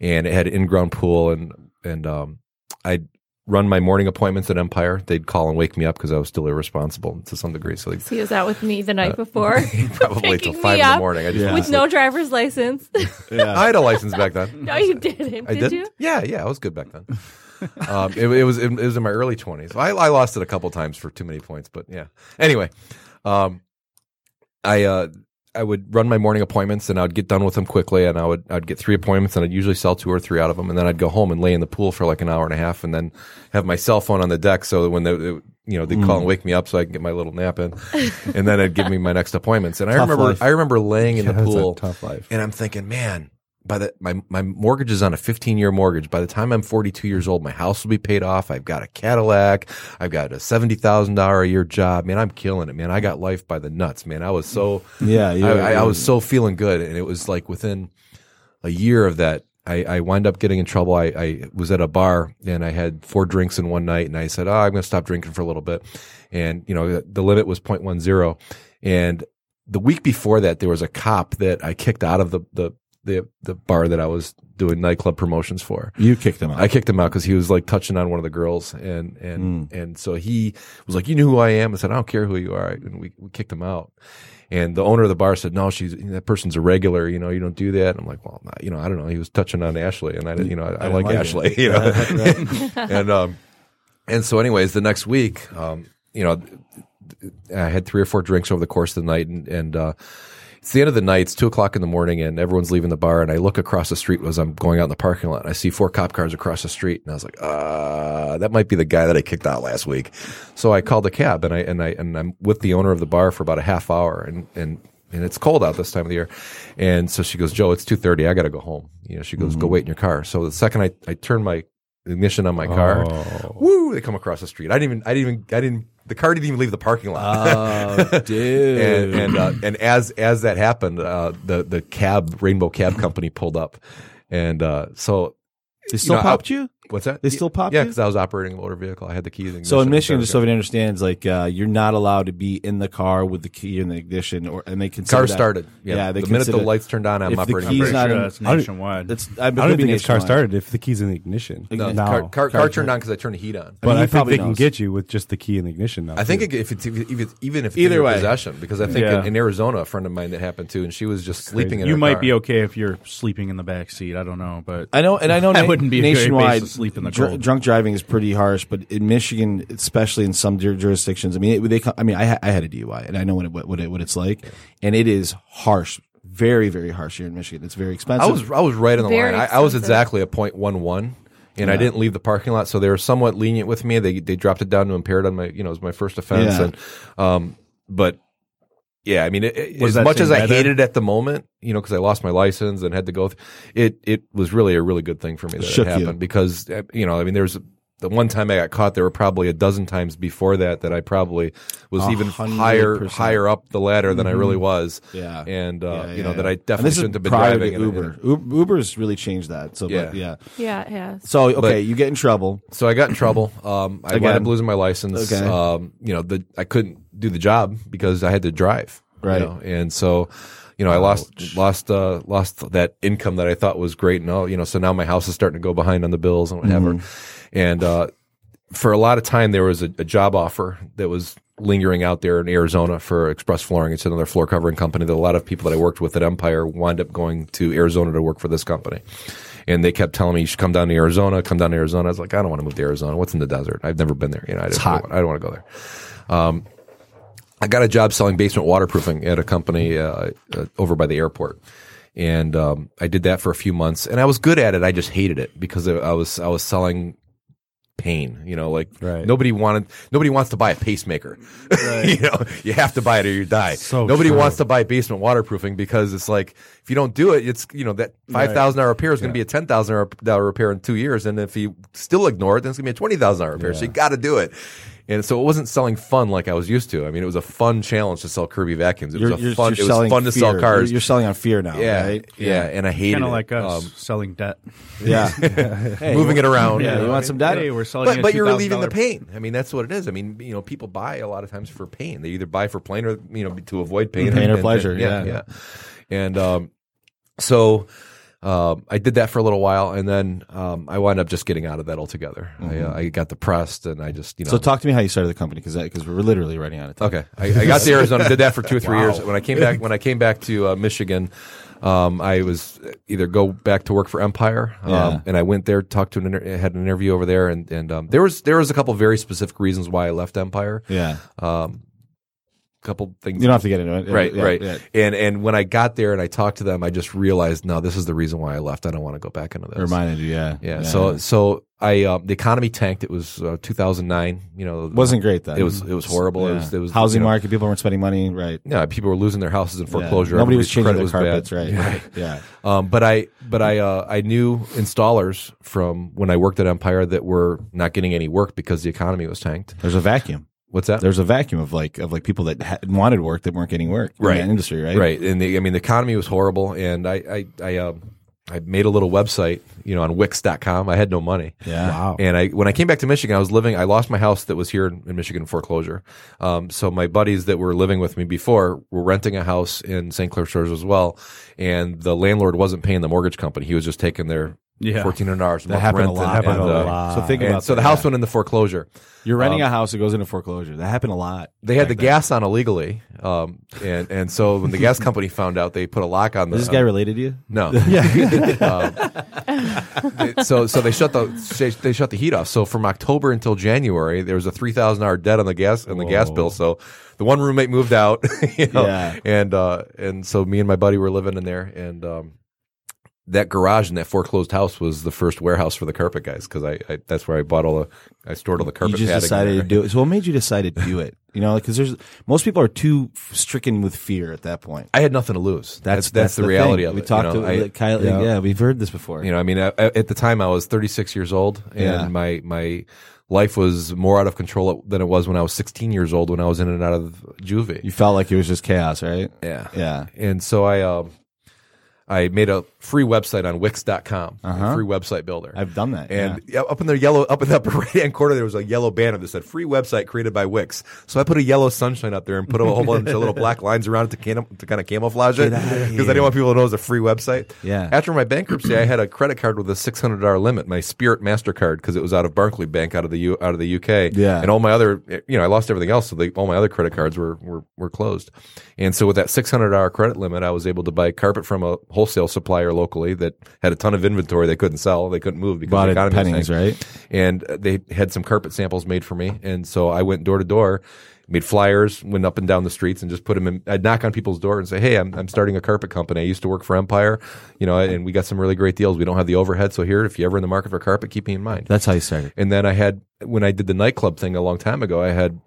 Speaker 4: and it had an in-ground pool and and um I'd run my morning appointments at Empire. They'd call and wake me up because I was still irresponsible to some degree. So they
Speaker 6: He was out with me the night before,
Speaker 4: Uh, probably till
Speaker 6: Picking me
Speaker 4: five in the
Speaker 6: up
Speaker 4: morning. I just
Speaker 3: Yeah.
Speaker 6: with no driver's license.
Speaker 4: I had a license back then.
Speaker 6: no, you didn't.
Speaker 4: I
Speaker 6: did
Speaker 4: did.
Speaker 6: you?
Speaker 4: Yeah, yeah, I was good back then. um, it, it was it, was in my early twenties. I, I lost it a couple times for too many points, but yeah. Anyway, um, I uh, I would run my morning appointments and I'd get done with them quickly, and I would I'd get three appointments, and I'd usually sell two or three out of them, and then I'd go home and lay in the pool for like an hour and a half, and then have my cell phone on the deck so that when they they- you know they would call
Speaker 7: Mm.
Speaker 4: and wake me up so I can get my little nap in, and then I'd give me my next appointments. And I remember
Speaker 3: life.
Speaker 4: I remember laying in
Speaker 7: Yeah,
Speaker 4: the
Speaker 7: that's a
Speaker 4: pool,
Speaker 7: tough life.
Speaker 4: and I'm thinking, man, by the my my mortgage is on a 15 year mortgage. By the time I'm 42 years old, my house will be paid off. I've got a Cadillac. I've got a seventy thousand dollar a year job. Man, I'm killing it. Man, I got life by the nuts. Man, I was so
Speaker 3: yeah, yeah.
Speaker 4: I, I, I was so feeling good, and it was like within a year of that, I, I wind up getting in trouble. I, I was at a bar and I had four drinks in one night, and I said, "Oh, I'm going to stop drinking for a little bit," and you know the- the limit was 0.10. And the week before that, there was a cop that I kicked out of the the the, the bar that I was doing nightclub promotions for.
Speaker 3: you kicked him out.
Speaker 4: I kicked him out because he was like touching on one of the girls, and and and so he was like, "You knew who I am." I said, "I don't care who you are," and we, we kicked him out. And the owner of the bar said, "No, she's that person's a regular. You know, you don't do that." And I'm like, "Well, you know, I don't know." He was touching on Ashley, and Mm. I, didn't- you know, I, I, like,
Speaker 3: like it.
Speaker 4: Ashley, you know, and um, and so anyways, the next week, um, you know, I had three or four drinks over the course of the night, and, and uh, it's the end of the night. It's two o'clock in the morning, and everyone's leaving the bar. And I look across the street as I'm going out in the parking lot, and I see four cop cars across the street. And I was like, "Ah, that might be the guy that I kicked out last week." So I called a cab, and I and I and I'm with the owner of the bar for about a half hour, and and and it's cold out this time of the year. And so she goes, "Joe, it's two thirty. I got to go home." You know, she goes, "Go wait in your car." So the second I I turn my ignition on my
Speaker 7: Oh.
Speaker 4: car, woo! They come across the street. I didn't even I didn't even I didn't. The car didn't even leave the parking lot
Speaker 3: oh, dude.
Speaker 4: and and, uh, and as as that happened, uh, the the cab Rainbow Cab Company pulled up, and uh, so
Speaker 3: they still
Speaker 4: know, I-
Speaker 3: popped you.
Speaker 4: what's that?
Speaker 3: They still popped
Speaker 4: Yeah,
Speaker 3: you?
Speaker 4: because I was operating a motor vehicle. I had the keys.
Speaker 3: So in Michigan, just so everyone understands, like uh, you're not allowed to be in the car with the key in the ignition, or and they consider
Speaker 4: car
Speaker 3: that-
Speaker 4: started. Yeah,
Speaker 3: yeah. They
Speaker 4: the minute the
Speaker 3: consider-
Speaker 4: lights turned on, I'm
Speaker 3: if the
Speaker 4: operating.
Speaker 3: keys
Speaker 4: a motor
Speaker 5: Pretty
Speaker 3: not
Speaker 5: sure
Speaker 3: in-
Speaker 5: that's
Speaker 7: I don't-
Speaker 5: nationwide.
Speaker 3: That's I,
Speaker 7: I don't think his car started if the key's in the ignition.
Speaker 4: vehicle. No,
Speaker 7: now.
Speaker 4: car, car, car turned on because I turned the heat on.
Speaker 7: but
Speaker 3: he
Speaker 7: I, think
Speaker 3: probably
Speaker 7: they can
Speaker 3: knows.
Speaker 7: get you with just the key in the ignition now.
Speaker 4: I think
Speaker 7: too.
Speaker 4: it, if it's if it's, even if it's
Speaker 3: Either
Speaker 4: in your
Speaker 3: way.
Speaker 4: possession, because I think
Speaker 5: Yeah.
Speaker 4: in, in Arizona, a friend of mine that happened to, and she was just sleeping. in
Speaker 5: you
Speaker 4: her
Speaker 5: might
Speaker 4: car.
Speaker 5: be okay if you're sleeping in the back seat. I don't know, but
Speaker 3: I know, and I know
Speaker 5: That
Speaker 3: na-
Speaker 5: wouldn't be a great
Speaker 3: nationwide.
Speaker 5: base to sleep in the
Speaker 3: dr-
Speaker 5: cold.
Speaker 3: drunk driving is pretty harsh, but in Michigan, especially in some jur- jurisdictions, I mean, it, they. co- I mean, I, ha- I had a DUI, and I know what it, what it, what it's like, and it is harsh, very very harsh here in Michigan. It's very expensive.
Speaker 4: I was I was right on the
Speaker 6: Very
Speaker 4: line. I, I was
Speaker 6: expensive.
Speaker 4: exactly a point one one, and I didn't leave the parking lot, so they were somewhat lenient with me. They they dropped it down to impaired on my you know it was my first offense,
Speaker 3: Yeah.
Speaker 4: and um, but yeah, I mean, it, it-
Speaker 5: Was
Speaker 4: as
Speaker 5: that
Speaker 4: much
Speaker 5: same
Speaker 4: as I
Speaker 5: weather?
Speaker 4: hated it at the moment, you know, because I lost my license and had to go, th- it it was really a really good thing for me that it
Speaker 3: Shook you.
Speaker 4: happened because uh, you know I mean there's the one time I got caught, there were probably a dozen times before that that I probably was even
Speaker 3: hundred
Speaker 4: higher
Speaker 3: percent.
Speaker 4: higher up the ladder than I really was.
Speaker 3: Yeah.
Speaker 4: and uh,
Speaker 3: Yeah,
Speaker 4: you know
Speaker 3: yeah,
Speaker 4: that
Speaker 3: yeah.
Speaker 4: I
Speaker 3: And
Speaker 4: definitely
Speaker 3: this is
Speaker 4: shouldn't have been
Speaker 3: prior
Speaker 4: driving
Speaker 3: to
Speaker 4: in a- in a-
Speaker 3: Uber. Uber. Uber's really changed that. So yeah,
Speaker 4: Yeah.
Speaker 3: but, yeah.
Speaker 6: Yeah, it has.
Speaker 3: So okay,
Speaker 4: But-
Speaker 3: you get in trouble.
Speaker 4: So I got in trouble. Um, I
Speaker 3: Again.
Speaker 4: wound up losing my license.
Speaker 3: Okay.
Speaker 4: Um, you know, the I couldn't do the job because I had to drive. you
Speaker 3: Right.
Speaker 4: know, And so, you know, I lost lost uh, lost that income that I thought was great, and all you know. So now my house is starting to go behind on the bills and whatever.
Speaker 3: Mm-hmm.
Speaker 4: And uh, for a lot of time, there was a, a job offer that was lingering out there in Arizona for Express Flooring. It's another floor covering company that a lot of people that I worked with at Empire wind up going to Arizona to work for this company. And they kept telling me, you should come down to Arizona, come down to Arizona. I was like, I don't want to move to Arizona. What's in the desert? I've never been there. You know, I, don't- I don't want to go there. Um, I got a job selling basement waterproofing at a company uh, uh, over by the airport, and um, I did that for a few months. And I was good at it. I just hated it because I I was I was selling pain. You know, like
Speaker 7: Right.
Speaker 4: nobody wanted nobody wants to buy a pacemaker. you know, you have to buy it or you die.
Speaker 7: So
Speaker 4: nobody
Speaker 7: true.
Speaker 4: wants to buy basement waterproofing because it's like if you don't do it, it's you know that five thousand hour repair is going to be a ten thousand dollar repair in two years, and if you still ignore it, then it's going to be a twenty thousand dollar repair. So you got to do it. And so it wasn't selling fun like I was used to. I mean, it was a fun challenge to sell Kirby vacuums. It
Speaker 3: You're,
Speaker 4: was a
Speaker 3: you're,
Speaker 4: fun.
Speaker 3: you're
Speaker 4: it
Speaker 3: selling
Speaker 4: was fun to
Speaker 3: fear.
Speaker 4: sell cars.
Speaker 3: You're, you're selling on fear now.
Speaker 4: yeah,
Speaker 3: right?
Speaker 4: yeah, and I hated
Speaker 5: Kind of
Speaker 4: it.
Speaker 5: like us
Speaker 4: Um,
Speaker 5: selling debt.
Speaker 3: yeah. Hey,
Speaker 4: moving it around.
Speaker 5: Yeah,
Speaker 3: you want some data?
Speaker 5: Hey, we're selling.
Speaker 4: but
Speaker 5: you a
Speaker 4: but you're relieving the
Speaker 5: $2,000
Speaker 4: pain. I mean, that's what it is. I mean, you know, people buy a lot of times for pain. They either buy for pain or you know to avoid pain,
Speaker 3: Pain or
Speaker 4: And-
Speaker 3: pleasure,
Speaker 4: Yeah,
Speaker 3: yeah.
Speaker 4: yeah. And um, so um, I did that for a little while, and then um, I wound up just getting out of that altogether. I, uh, I got depressed, and I just you know.
Speaker 3: So talk to me how you started the company because because we're literally running out of time.
Speaker 4: Okay, I, I got to Arizona, did that for two or three years. When I came back, when I came back to uh, Michigan, um, I was either go back to work for Empire, um,
Speaker 3: Yeah.
Speaker 4: and I went there, talked to an inter- had an interview over there, and and um, there was there was a couple very specific reasons why I left Empire.
Speaker 3: Yeah.
Speaker 4: A couple things.
Speaker 3: You don't have to get into it.
Speaker 4: Right,
Speaker 3: Yeah,
Speaker 4: right,
Speaker 3: yeah.
Speaker 4: and and when I got there and I talked to them, I just realized no, this is the reason why I left. I don't want to go back into this.
Speaker 3: It reminded you, yeah.
Speaker 4: yeah, So so I um, the economy tanked. It was uh, 2009. You know,
Speaker 3: it wasn't great then.
Speaker 4: It was it was horrible. It was it was
Speaker 3: housing
Speaker 4: you know,
Speaker 3: market. People weren't spending money, right?
Speaker 4: Yeah, people were losing their houses in foreclosure.
Speaker 3: Yeah. Nobody was
Speaker 4: Everybody's
Speaker 3: changing
Speaker 4: credit
Speaker 3: their
Speaker 4: was
Speaker 3: carpets,
Speaker 4: bad.
Speaker 3: right?
Speaker 4: Yeah.
Speaker 3: right. Yeah.
Speaker 4: Um, but I, but I, uh, I knew installers from when I worked at Empire that were not getting any work because the economy was tanked.
Speaker 3: There's a vacuum.
Speaker 4: What's that?
Speaker 3: There's a vacuum of like of like people that ha- wanted work that weren't getting work
Speaker 4: Right.
Speaker 3: in that industry, right?
Speaker 4: right, and the, I mean the economy was horrible, and I, I, I, um, I made a little website, you know, on Wix.com. I had no money.
Speaker 3: Yeah.
Speaker 7: Wow.
Speaker 4: And I, when I came back to Michigan, I was living. I lost my house that was here in, in Michigan in foreclosure. Um, so my buddies that were living with me before were renting a house in St. Clair Shores as well, and the landlord wasn't paying the mortgage company. He was just taking their
Speaker 5: Yeah.
Speaker 4: fourteen hundred dollars.
Speaker 3: That happened a lot.
Speaker 4: and,
Speaker 5: happened a
Speaker 4: uh,
Speaker 5: lot.
Speaker 3: So think
Speaker 4: and
Speaker 3: about
Speaker 4: so the
Speaker 3: that.
Speaker 4: house went into foreclosure.
Speaker 3: You're renting
Speaker 4: Um,
Speaker 3: a house that goes into foreclosure. That happened a lot.
Speaker 4: They had the gas on illegally, um, and and so when the gas company found out, they put a lock on the.
Speaker 3: Is this guy related to you?
Speaker 4: No. Yeah. so so they shut the they, they shut the heat off. So from October until January, there was a three thousand dollar debt on the gas on the gas bill. So the one roommate moved out. you know,
Speaker 3: Yeah.
Speaker 4: And uh, and so me and my buddy were living in there, and um, that garage in that foreclosed house was the first warehouse for the carpet guys because I, I that's where I bought all the I stored all the carpet.
Speaker 3: you just
Speaker 4: padding
Speaker 3: decided
Speaker 4: there.
Speaker 3: to do it. So what made you decide to do it? You know, because there's most people are too stricken with fear at that point.
Speaker 4: I had nothing to lose.
Speaker 3: That's
Speaker 4: That's that's, the, reality
Speaker 3: thing.
Speaker 4: of
Speaker 3: we
Speaker 4: it. you
Speaker 3: talked
Speaker 4: know.
Speaker 3: to
Speaker 4: I-
Speaker 3: like, Kyle.
Speaker 4: yeah.
Speaker 3: Yeah. we've heard this before.
Speaker 4: You know, I mean, I, I- at the time I was 36 years old, and
Speaker 3: Yeah.
Speaker 4: my my life was more out of control than it was when I was 16 years old when I was in and out of
Speaker 3: you
Speaker 4: juvie.
Speaker 3: felt like it was just chaos, right?
Speaker 4: Yeah,
Speaker 3: Yeah.
Speaker 4: and so I um, I made a free website on Wix.com, a free website builder.
Speaker 3: Uh-huh. I've done that. yeah.
Speaker 4: and yeah, up in the yellow, up in the upper right hand corner, there was a yellow banner that said "Free Website Created by Wix." So I put a yellow sunshine up there and put a whole bunch of little black lines around it to, cam- to kind of camouflage it
Speaker 3: Get outta
Speaker 4: because I
Speaker 3: here.
Speaker 4: didn't want people to know it was a free website.
Speaker 3: Yeah.
Speaker 4: After my bankruptcy, I had a credit card with a six hundred dollar limit, my Spirit Mastercard, because it was out of Barclay Bank, out of the U- out of the UK.
Speaker 3: Yeah.
Speaker 4: And all my other, you know, I lost everything else, so they, all my other credit cards were were, were closed. And so with that six hundred dollar credit limit, I was able to buy carpet from a wholesale supplier locally that had a ton of inventory they couldn't sell, they couldn't move because
Speaker 3: Bought
Speaker 4: the
Speaker 3: it
Speaker 4: economy was
Speaker 3: pennies,
Speaker 4: tanking
Speaker 3: right?
Speaker 4: and uh, they had some carpet samples made for me. And so I went door to door, made flyers, went up and down the streets, and just put them in. I'd knock on people's door and say, "Hey, I'm, I'm starting a carpet company. I used to work for Empire, you know, and we got some really great deals. We don't have the overhead, so here, if you're ever in the market for carpet, keep me in mind."
Speaker 3: That's how you started.
Speaker 4: and then I had when I did the nightclub thing a long time ago, I had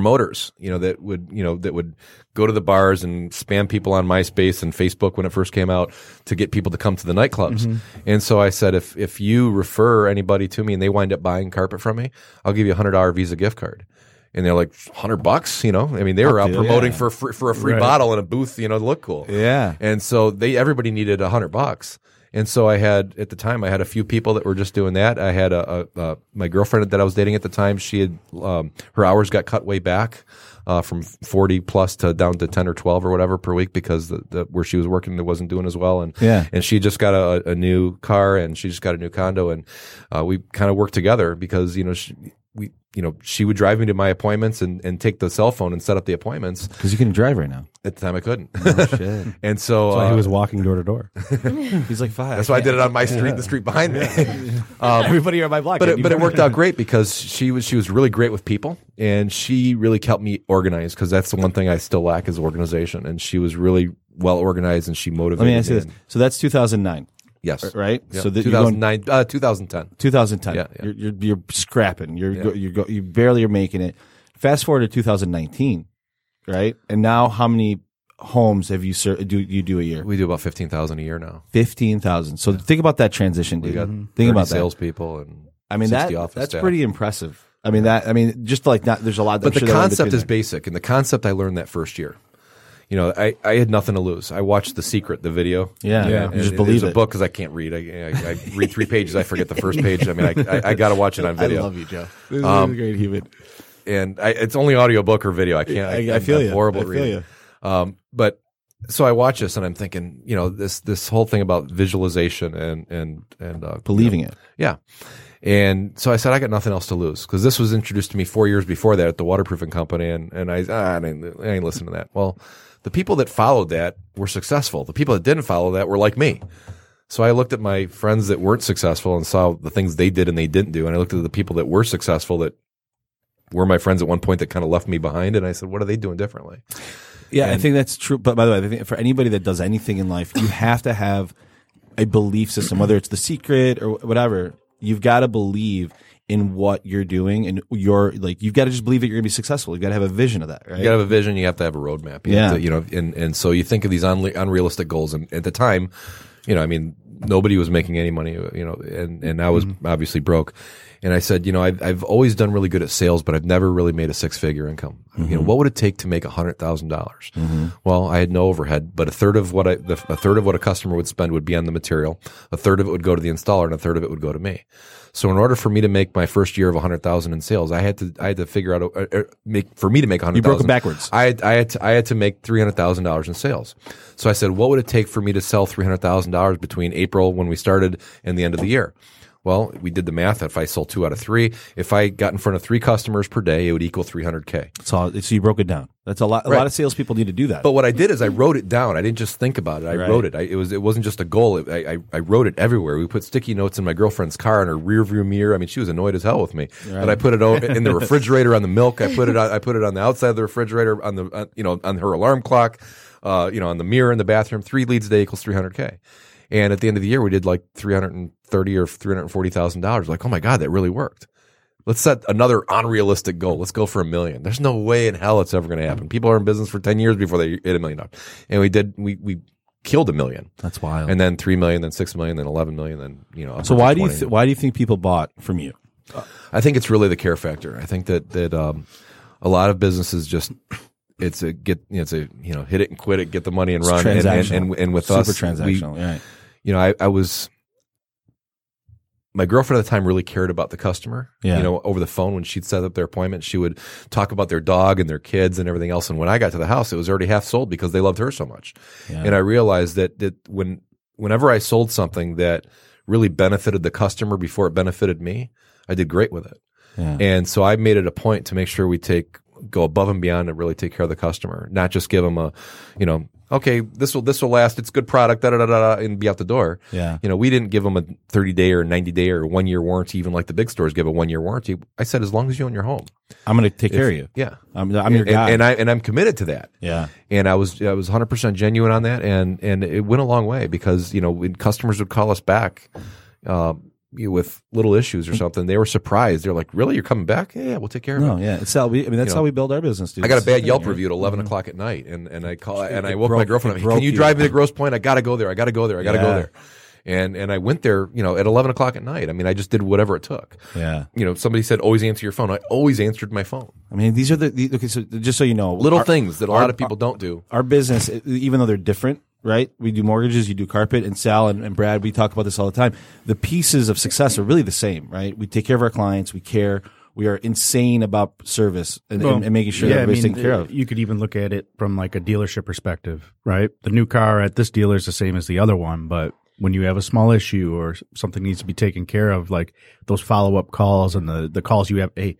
Speaker 4: promoters, you know, that would, you know, that would go to the bars and spam people on MySpace and Facebook when it first came out to get people to come to the nightclubs. And so I said, if, if you refer anybody to me and they wind up buying carpet from me, I'll give you a hundred dollar Visa gift card. And they're like, hundred bucks, you know, I mean, they were out promoting for, free, for a free bottle in a booth, you know, to look cool.
Speaker 3: Yeah.
Speaker 4: And so they everybody needed a hundred bucks. And so I had at the time I had a few people that were just doing that. I had a, a, a my girlfriend that I was dating at the time. She had um, her hours got cut way back uh, from forty plus to down to ten or twelve or whatever per week because the, the where she was working it wasn't doing as well. And
Speaker 3: Yeah.
Speaker 4: and she just got a, a new car and she just got a new condo and uh, we kind of worked together because you know she, we you know she would drive me to my appointments and, and take the cell phone and set up the appointments.
Speaker 3: Because you can drive right now.
Speaker 4: At the time I couldn't,
Speaker 7: Oh
Speaker 3: Shit.
Speaker 4: and so
Speaker 7: So he
Speaker 4: uh,
Speaker 7: was walking door to door.
Speaker 3: He's like five.
Speaker 4: That's why I did it on my street, the street behind me. um,
Speaker 3: Everybody on my block.
Speaker 4: but
Speaker 3: and
Speaker 4: it,
Speaker 3: you
Speaker 4: but it
Speaker 3: can-
Speaker 4: worked out great because she was she was really great with people, and she really helped me organize because that's the one thing I still lack is organization. And she was really well organized, and she motivated.
Speaker 3: Let me ask you
Speaker 4: me
Speaker 3: this. So that's 2009,
Speaker 4: and- Yes.
Speaker 3: right?
Speaker 4: Yeah.
Speaker 3: So that you're going-
Speaker 4: 2009, uh, 2010.
Speaker 3: 2010.
Speaker 4: Yeah, yeah.
Speaker 3: You're, you're you're scrapping. You're go, you're go, you barely are making it. Fast forward to 2019, right? And now, how many homes have you ser- do you do a year?
Speaker 4: We do about fifteen thousand a year now.
Speaker 3: Fifteen thousand. So think about that transition, dude.
Speaker 4: We got
Speaker 3: Mm-hmm. think
Speaker 4: 30
Speaker 3: about that.
Speaker 4: salespeople and
Speaker 3: I mean, that
Speaker 4: 60 office
Speaker 3: that's
Speaker 4: staff.
Speaker 3: pretty impressive. I mean, that I mean, just like not, there's a lot. I'm
Speaker 4: But the
Speaker 3: sure that went
Speaker 4: concept
Speaker 3: between
Speaker 4: is basic, and the concept I learned that first year. You know, I, I had nothing to lose. I watched The Secret, the video.
Speaker 3: Yeah, Yeah. you
Speaker 4: And
Speaker 3: just
Speaker 4: it-
Speaker 3: believe
Speaker 4: it's a
Speaker 3: it.
Speaker 4: book because I can't read. I, I, I read three pages, I forget the first page. I mean, I, I, I got to watch it on
Speaker 3: there.
Speaker 4: video,
Speaker 3: I love you, Joe. This
Speaker 4: Um,
Speaker 3: is a great human.
Speaker 4: and I, it's only audio book or video. I can't. I,
Speaker 7: I feel
Speaker 4: I'm
Speaker 7: you.
Speaker 4: Horrible
Speaker 7: I
Speaker 4: at
Speaker 7: feel
Speaker 4: reading. Um, but so I watch this, and I'm thinking, you know, this this whole thing about visualization and and and uh,
Speaker 3: Believing it.
Speaker 4: yeah. And so I said, I got nothing else to lose because this was introduced to me four years before that at the waterproofing company. And, and I, ah, I, didn't, I ain't listening to that. Well, the people that followed that were successful. The people that didn't follow that were like me. So I looked at my friends that weren't successful and saw the things they did and they didn't do. And I looked at the people that were successful that were my friends at one point that kind of left me behind. And I said, what are they doing differently?
Speaker 3: Yeah, I think that's true. But by the way, I think for anybody that does anything in life, you have to have a belief system, whether it's the secret or whatever. You've got to believe in what you're doing, and you're like you've got to just believe that you're going to be successful. You've got to have a vision of that, right?
Speaker 4: You gotta have a vision. You have to have a roadmap. You
Speaker 3: Yeah.
Speaker 4: have to, you know, and and so you think of these unle- unrealistic goals, and at the time, you know, I mean, nobody was making any money, you know, and and I was
Speaker 3: Mm-hmm.
Speaker 4: obviously broke. And I said, you know, I've I've always done really good at sales, but I've never really made a six figure income. You
Speaker 3: Mm-hmm.
Speaker 4: know, what would it take to make a hundred dollars? Well, I had no overhead, but a third of what I the, a third of what a customer would spend would be on the material, a third of it would go to the installer, and a third of it would go to me. So in order for me to make my first year of 100,000 in sales, I had to I had to figure out a, uh, uh, make for me to make 100,000.
Speaker 3: broke it backwards.
Speaker 4: I had, I had to, I had to make three hundred thousand dollars in sales. So I said, what would it take for me to sell three hundred thousand dollars between April when we started and the end of the year? Well, we did the math. If I sold two out of three, if I got in front of three customers per day, it would equal three hundred k.
Speaker 3: So, so you broke it down. That's a lot. A lot
Speaker 4: Right.
Speaker 3: of salespeople need to do that.
Speaker 4: But what I did is I wrote it down. I didn't just think about it. I wrote it. I, it was it wasn't just a goal. It, I, I I wrote it everywhere. We put sticky notes in my girlfriend's car in her rear view mirror. I mean, she was annoyed as hell with me. But I put it o- in the refrigerator on the milk. I put it on, I put it on the outside of the refrigerator on the on, you know on her alarm clock. Uh, you know, on the mirror in the bathroom. Three leads a day equals three hundred k. And at the end of the year, we did like three hundred and thirty or three hundred forty thousand dollars. Like, oh my god, that really worked. Let's set another unrealistic goal. Let's go for a million. There's no way in hell it's ever going
Speaker 3: Hmm.
Speaker 4: to happen. People are in business for 10 years before they hit a million dollars. And we did, we, we killed a million.
Speaker 3: that's wild.
Speaker 4: And then 3 million, then 6 million, then 11 million, then, you know. upwards
Speaker 3: so
Speaker 4: of
Speaker 3: why do you
Speaker 4: 20.
Speaker 3: th- why do you think people bought from you?
Speaker 4: I think it's really the care factor. I think that, that, um, a lot of businesses just, it's a get, you know, it's a, you know, hit it and quit it, get the money and
Speaker 3: It's
Speaker 4: run. And, and,
Speaker 3: transactional.
Speaker 4: and, and with
Speaker 3: Super
Speaker 4: us, we-
Speaker 3: transactional. right.
Speaker 4: you know, I, I was my girlfriend at the time really cared about the customer.
Speaker 3: Yeah.
Speaker 4: You know, over the phone when she'd set up their appointment, she would talk about their dog and their kids and everything else. And when I got to the house, it was already half sold because they loved her so much.
Speaker 3: Yeah.
Speaker 4: And I realized that that when whenever I sold something that really benefited the customer before it benefited me, I did great with it.
Speaker 3: Yeah.
Speaker 4: And so I made it a point to make sure we take go above and beyond and really take care of the customer, not just give them a, you know, okay, this will this will last, it's good product, da da da da, da, and be out the door.
Speaker 3: Yeah.
Speaker 4: You know, we didn't give them a 30 day or 90 day or one year warranty, even like the big stores give a one year warranty. I said, as long as you own your home.
Speaker 3: I'm going to take care of you.
Speaker 4: Yeah.
Speaker 3: I'm, I'm your
Speaker 4: and,
Speaker 3: guy.
Speaker 4: and I and I'm committed to that.
Speaker 3: Yeah.
Speaker 4: And I was I was 100 percent genuine on that, and and it went a long way because you know when customers would call us back, um, you with little issues or something, they were surprised. They're like, "Really, you're coming back? Yeah, yeah, we'll take care of
Speaker 3: No,
Speaker 4: it."
Speaker 3: yeah, it's how we. I mean, that's
Speaker 4: You
Speaker 3: how
Speaker 4: know,
Speaker 3: we build our business. Dude.
Speaker 4: I got
Speaker 3: It's
Speaker 4: a
Speaker 3: the
Speaker 4: bad
Speaker 3: thing,
Speaker 4: Yelp
Speaker 3: right?
Speaker 4: review at 11 o'clock at night, and, and I call and I
Speaker 3: Mhm. it
Speaker 4: woke my
Speaker 3: broke-
Speaker 4: girlfriend
Speaker 3: it
Speaker 4: up.
Speaker 3: broke
Speaker 4: Can you
Speaker 3: you.
Speaker 4: drive me to Gross Point? I got to go there. I got to go there. I got to
Speaker 3: Yeah.
Speaker 4: go there. And and I went there, you know, at 11 o'clock at night. I mean, I just did whatever it took.
Speaker 3: Yeah.
Speaker 4: You know, somebody said always answer your phone. I always answered my phone.
Speaker 3: I mean, these are the, the okay. So just so you know,
Speaker 4: Little
Speaker 3: our-
Speaker 4: things that a
Speaker 3: our-
Speaker 4: lot of people don't do.
Speaker 3: our business, e- even though they're different, right? We do mortgages, you do carpet, and Sal and, and Brad, we talk about this all the time. The pieces of success are really the same, right? We take care of our clients, we care, we are insane about service and, and, and making sure that
Speaker 5: yeah, I
Speaker 3: everybody's
Speaker 5: mean,
Speaker 3: taken care of.
Speaker 5: You could even look at it from like a dealership perspective, right? The new car at this dealer is the same as the other one, but when you have a small issue or s- something needs to be taken care of, like those follow up calls and the the calls you have, hey,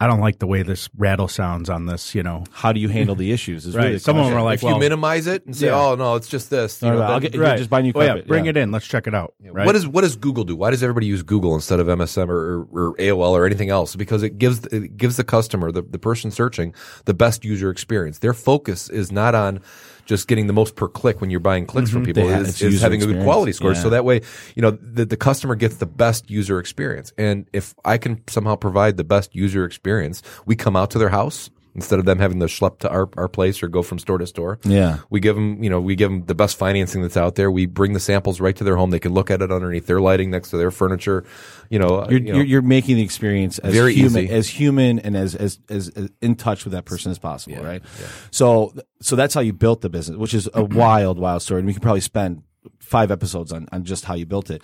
Speaker 5: I don't like the way this rattle sounds on this, you know.
Speaker 3: How do you handle the issues? Is
Speaker 5: Right.
Speaker 3: Really the
Speaker 5: Some of 'em
Speaker 3: question.
Speaker 5: are like,
Speaker 4: if
Speaker 5: well-
Speaker 4: you minimize it and say,
Speaker 5: Yeah.
Speaker 4: "Oh no, it's just this," you
Speaker 3: No,
Speaker 4: know,
Speaker 3: no, I'll
Speaker 4: that-
Speaker 3: get- Right. just buy new
Speaker 5: Oh, yeah,
Speaker 3: carpet,
Speaker 5: bring
Speaker 3: yeah.
Speaker 5: it in. Let's check it out. Right?
Speaker 4: What is what does Google do? Why does everybody use Google instead of MSM or, or, or AOL or anything else? Because it gives it gives the customer, the, the person searching, the best user experience. Their focus is not on just getting the most per click when you're buying clicks from people.
Speaker 3: Mm-hmm. They ha-
Speaker 4: It's,
Speaker 3: it's
Speaker 4: it's
Speaker 3: user
Speaker 4: having a good
Speaker 3: experience.
Speaker 4: quality score.
Speaker 3: Yeah.
Speaker 4: So that way, you know, the, the customer gets the best user experience. And if I can somehow provide the best user experience, we come out to their house. Instead of them having to schlep to our, our place or go from store to store,
Speaker 3: Yeah.
Speaker 4: we give them, you know, we give them the best financing that's out there. We bring the samples right to their home. They can look at it underneath their lighting next to their furniture. You know,
Speaker 3: You're,
Speaker 4: you
Speaker 3: you're, you're making the experience as
Speaker 4: Very
Speaker 3: human,
Speaker 4: easy.
Speaker 3: as human, and as, as as as in touch with that person as possible, right? So so that's how you built the business, which is a wild, wild story, and we could probably spend five episodes on on just how you built it.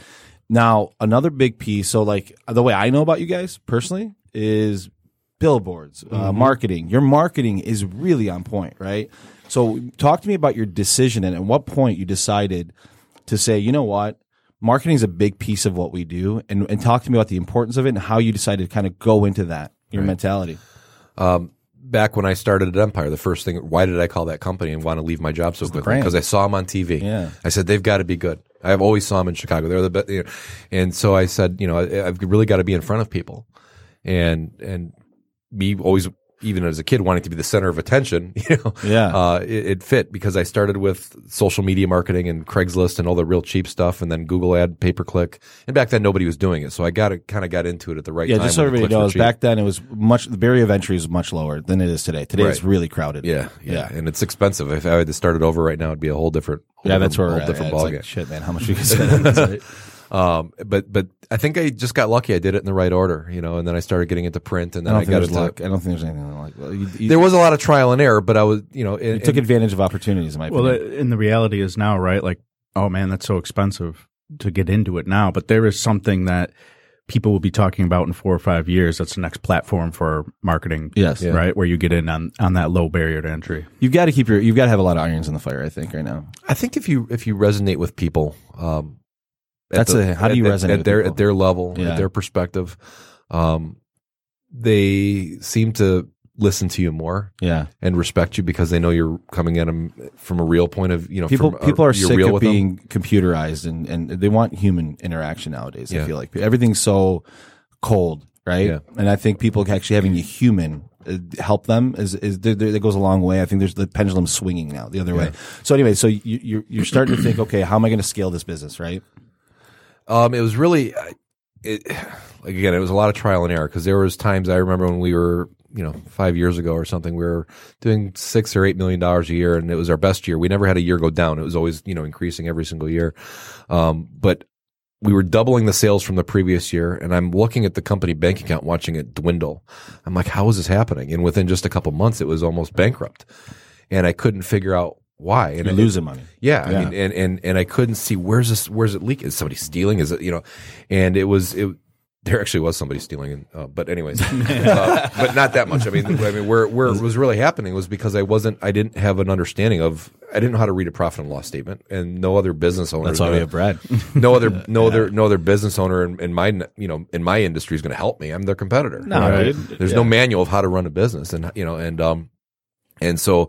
Speaker 3: Now another big piece. So like the way I know about you guys personally is billboards, uh, marketing. Your marketing is really on point, right? So talk to me about your decision and at what point you decided to say, you know what, marketing is a big piece of what we do, and, and talk to me about the importance of it and how you decided to kind of go into that your mentality.
Speaker 4: back when I started at Empire, the first thing, why did I call that company and want to leave my job so quickly?
Speaker 3: brand.
Speaker 4: Because I saw them on TV.
Speaker 3: Yeah.
Speaker 4: I said they've got to be good. I've always saw them in Chicago. They're the best. You know. And so I said, you know, I, I've really got to be in front of people, and and me always. Even as a kid, wanting to be the center of attention, you know,
Speaker 3: Yeah.
Speaker 4: uh, it, it fit because I started with social media marketing and Craigslist and all the real cheap stuff, and then Google ad pay per click. And back then, nobody was doing it, so I got kind of got into it at the right
Speaker 3: Yeah,
Speaker 4: time.
Speaker 3: just so
Speaker 4: when the
Speaker 3: everybody
Speaker 4: clicks were
Speaker 3: knows,
Speaker 4: cheap.
Speaker 3: back then it was much the barrier of entry was much lower than it is today. Today it's
Speaker 4: Right.
Speaker 3: really crowded.
Speaker 4: Yeah, yeah,
Speaker 3: yeah,
Speaker 4: and it's expensive. If I had to start it over right now, it'd be a whole different, whole
Speaker 3: Yeah, that's where
Speaker 4: different,
Speaker 3: we're
Speaker 4: whole
Speaker 3: at.
Speaker 4: different
Speaker 3: Yeah, it's
Speaker 4: ballgame.
Speaker 3: like, Shit, man, how much we could spend? That's right.
Speaker 4: um, but but I think I just got lucky. I did it in the right order, you know, and then I started getting into print, and
Speaker 3: I
Speaker 4: then I,
Speaker 3: don't think
Speaker 4: got
Speaker 3: there's
Speaker 4: into.
Speaker 3: luck. I don't think there's anything like. Well, you, you,
Speaker 4: There was a lot of trial and error, but I was, you know, and,
Speaker 3: you took
Speaker 4: and-
Speaker 3: advantage of opportunities. In my
Speaker 5: Well,
Speaker 3: opinion,
Speaker 5: uh, and the reality is now, right? Like, oh man, that's so expensive to get into it now. But there is something that people will be talking about in four or five years. That's the next platform for marketing.
Speaker 3: Yes. Yeah.
Speaker 5: right. Where you get in on on that low barrier to entry.
Speaker 3: you've got to keep your. You've got to have a lot of irons in the fire. I think right now.
Speaker 4: I think if you if you resonate with people, um, at
Speaker 3: That's a- how do
Speaker 4: at-
Speaker 3: you
Speaker 4: at-
Speaker 3: resonate
Speaker 4: at
Speaker 3: with
Speaker 4: their
Speaker 3: people?
Speaker 4: at their level,
Speaker 3: Yeah.
Speaker 4: at their perspective? Um, they seem to listen to you more.
Speaker 3: Yeah,
Speaker 4: and respect you because they know you're coming at them from a real point of you know
Speaker 3: people
Speaker 4: from a-
Speaker 3: people are
Speaker 4: you're
Speaker 3: sick
Speaker 4: real
Speaker 3: of
Speaker 4: with 'em.
Speaker 3: being computerized and and they want human interaction nowadays. I
Speaker 4: Yeah.
Speaker 3: feel like everything's so cold, right?
Speaker 4: Yeah.
Speaker 3: And I think people actually having a human uh, help them is is there, there, that goes a long way. I think there's the pendulum swinging now the other way. So anyway, so you, you're you're starting to think, okay, how am I going to scale this business, right?
Speaker 4: Um, it was really, I- it, like again, it was a lot of trial and error because there was times I remember when we were, you know, five years ago or something, we were doing six or eight million dollars a year, and it was our best year. We never had a year go down; it was always, you know, increasing every single year. Um, but we were doubling the sales from the previous year, and I'm looking at the company bank account, watching it dwindle. I'm like, how is this happening? And within just a couple months, it was almost bankrupt, and I couldn't figure out why. And
Speaker 3: You're
Speaker 4: it-
Speaker 3: losing money.
Speaker 4: yeah,
Speaker 3: Yeah.
Speaker 4: I mean, and, and and I couldn't see where's this where's it leak? Is somebody stealing? Is it you know? And it was it. There actually was somebody stealing, and, uh, but anyways, uh, but not that much. I mean, I mean, where where it was really happening was because I wasn't, I didn't have an understanding of, I didn't know how to read a profit and loss statement, and no other business owner.
Speaker 3: That's
Speaker 4: is
Speaker 3: why we
Speaker 4: gonna-
Speaker 3: have Brad.
Speaker 4: no other, no other, no other business owner in, in my, you know, in my industry is going to help me. I'm their competitor.
Speaker 3: No,
Speaker 4: Right?
Speaker 3: dude.
Speaker 4: there's no manual of how to run a business, and you know, and um, and so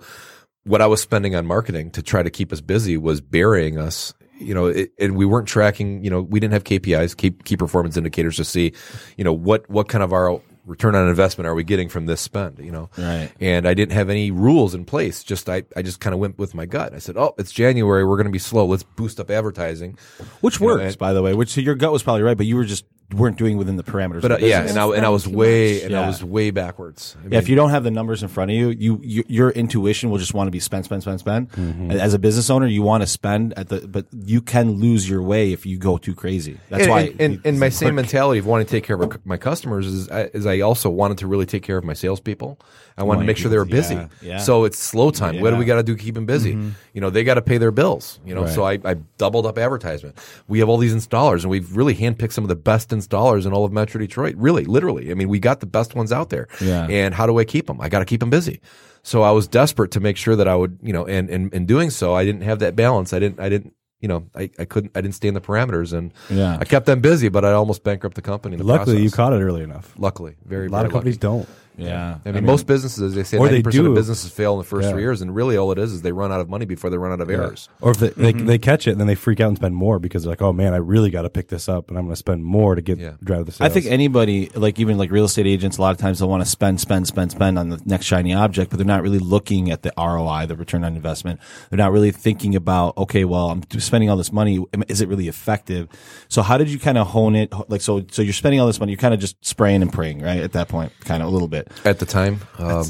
Speaker 4: what I was spending on marketing to try to keep us busy was burying us. You know, it, and we weren't tracking. You know, we didn't have KPIs, key, key performance indicators to see, you know, what what kind of our return on investment are we getting from this spend? You know,
Speaker 3: Right.
Speaker 4: And I didn't have any rules in place. Just I, I just kind of went with my gut. I said, oh, it's January. We're going to be slow. Let's boost up advertising.
Speaker 3: Which
Speaker 4: You know,
Speaker 3: works,
Speaker 4: and-
Speaker 3: by the way. Which so your gut was probably right, but you were just weren't doing within the parameters.
Speaker 4: But uh,
Speaker 3: of
Speaker 4: yeah,
Speaker 3: business.
Speaker 4: and I and I was
Speaker 6: Too
Speaker 4: way
Speaker 6: much.
Speaker 4: and
Speaker 3: Yeah.
Speaker 4: I was way backwards. I
Speaker 3: Yeah, if
Speaker 4: mean,
Speaker 3: you don't have the numbers in front of you, you, you your intuition will just want to be spend, spend, spend, spend. As a business owner, you want to spend at the, but you can lose your way if you go too crazy. That's
Speaker 4: and,
Speaker 3: why.
Speaker 4: and, and, and my same mentality of wanting to take care of my customers is I, is I also wanted to really take care of my salespeople. I wanted to make sure they were busy.
Speaker 3: yeah.
Speaker 4: So it's slow time. What do we
Speaker 3: Yeah. Mm-hmm.
Speaker 4: got to do to keep them busy? You know, they got to pay their bills. You know, so I, I doubled up advertisement. We have all these installers, and we've really handpicked some of the best installers in all of Metro Detroit. Really, literally. I mean, we got the best ones out there.
Speaker 3: Yeah.
Speaker 4: And how do I keep them? I got to keep them busy. So I was desperate to make sure that I would, you know, and and in doing so, I didn't have that balance. I didn't. I didn't. You know, I, I couldn't. I didn't stay in the parameters, and
Speaker 3: Yeah.
Speaker 4: I kept them busy, but I almost bankrupt the company. In the
Speaker 7: Luckily,
Speaker 4: process.
Speaker 7: you caught it early enough.
Speaker 4: Luckily, very
Speaker 7: A lot
Speaker 4: very
Speaker 7: of companies
Speaker 4: lucky.
Speaker 7: don't.
Speaker 3: yeah.
Speaker 4: I mean, most businesses, they say
Speaker 7: Or they
Speaker 4: ninety percent
Speaker 7: do.
Speaker 4: of businesses fail in the first
Speaker 7: Yeah.
Speaker 4: three years, and really all it is is they run out of money before they run out of errors.
Speaker 7: Or if they, they,
Speaker 4: Mm-hmm.
Speaker 7: they catch it, then they freak out and spend more because they're like, oh man, I really got to pick this up and I'm going to spend more to get
Speaker 4: Yeah.
Speaker 7: drive the
Speaker 3: I
Speaker 7: sales.
Speaker 3: think anybody, like even like real estate agents, a lot of times they'll want to spend, spend, spend, spend on the next shiny object, but they're not really looking at the ROI, the return on investment. They're not really thinking about, okay, well, I'm spending all this money. Am- Is it really effective? So how did you kind of hone it? Like, so, so you're spending all this money. You're kind of just spraying and praying, right? At that point, kind of a little bit.
Speaker 4: At the time, um,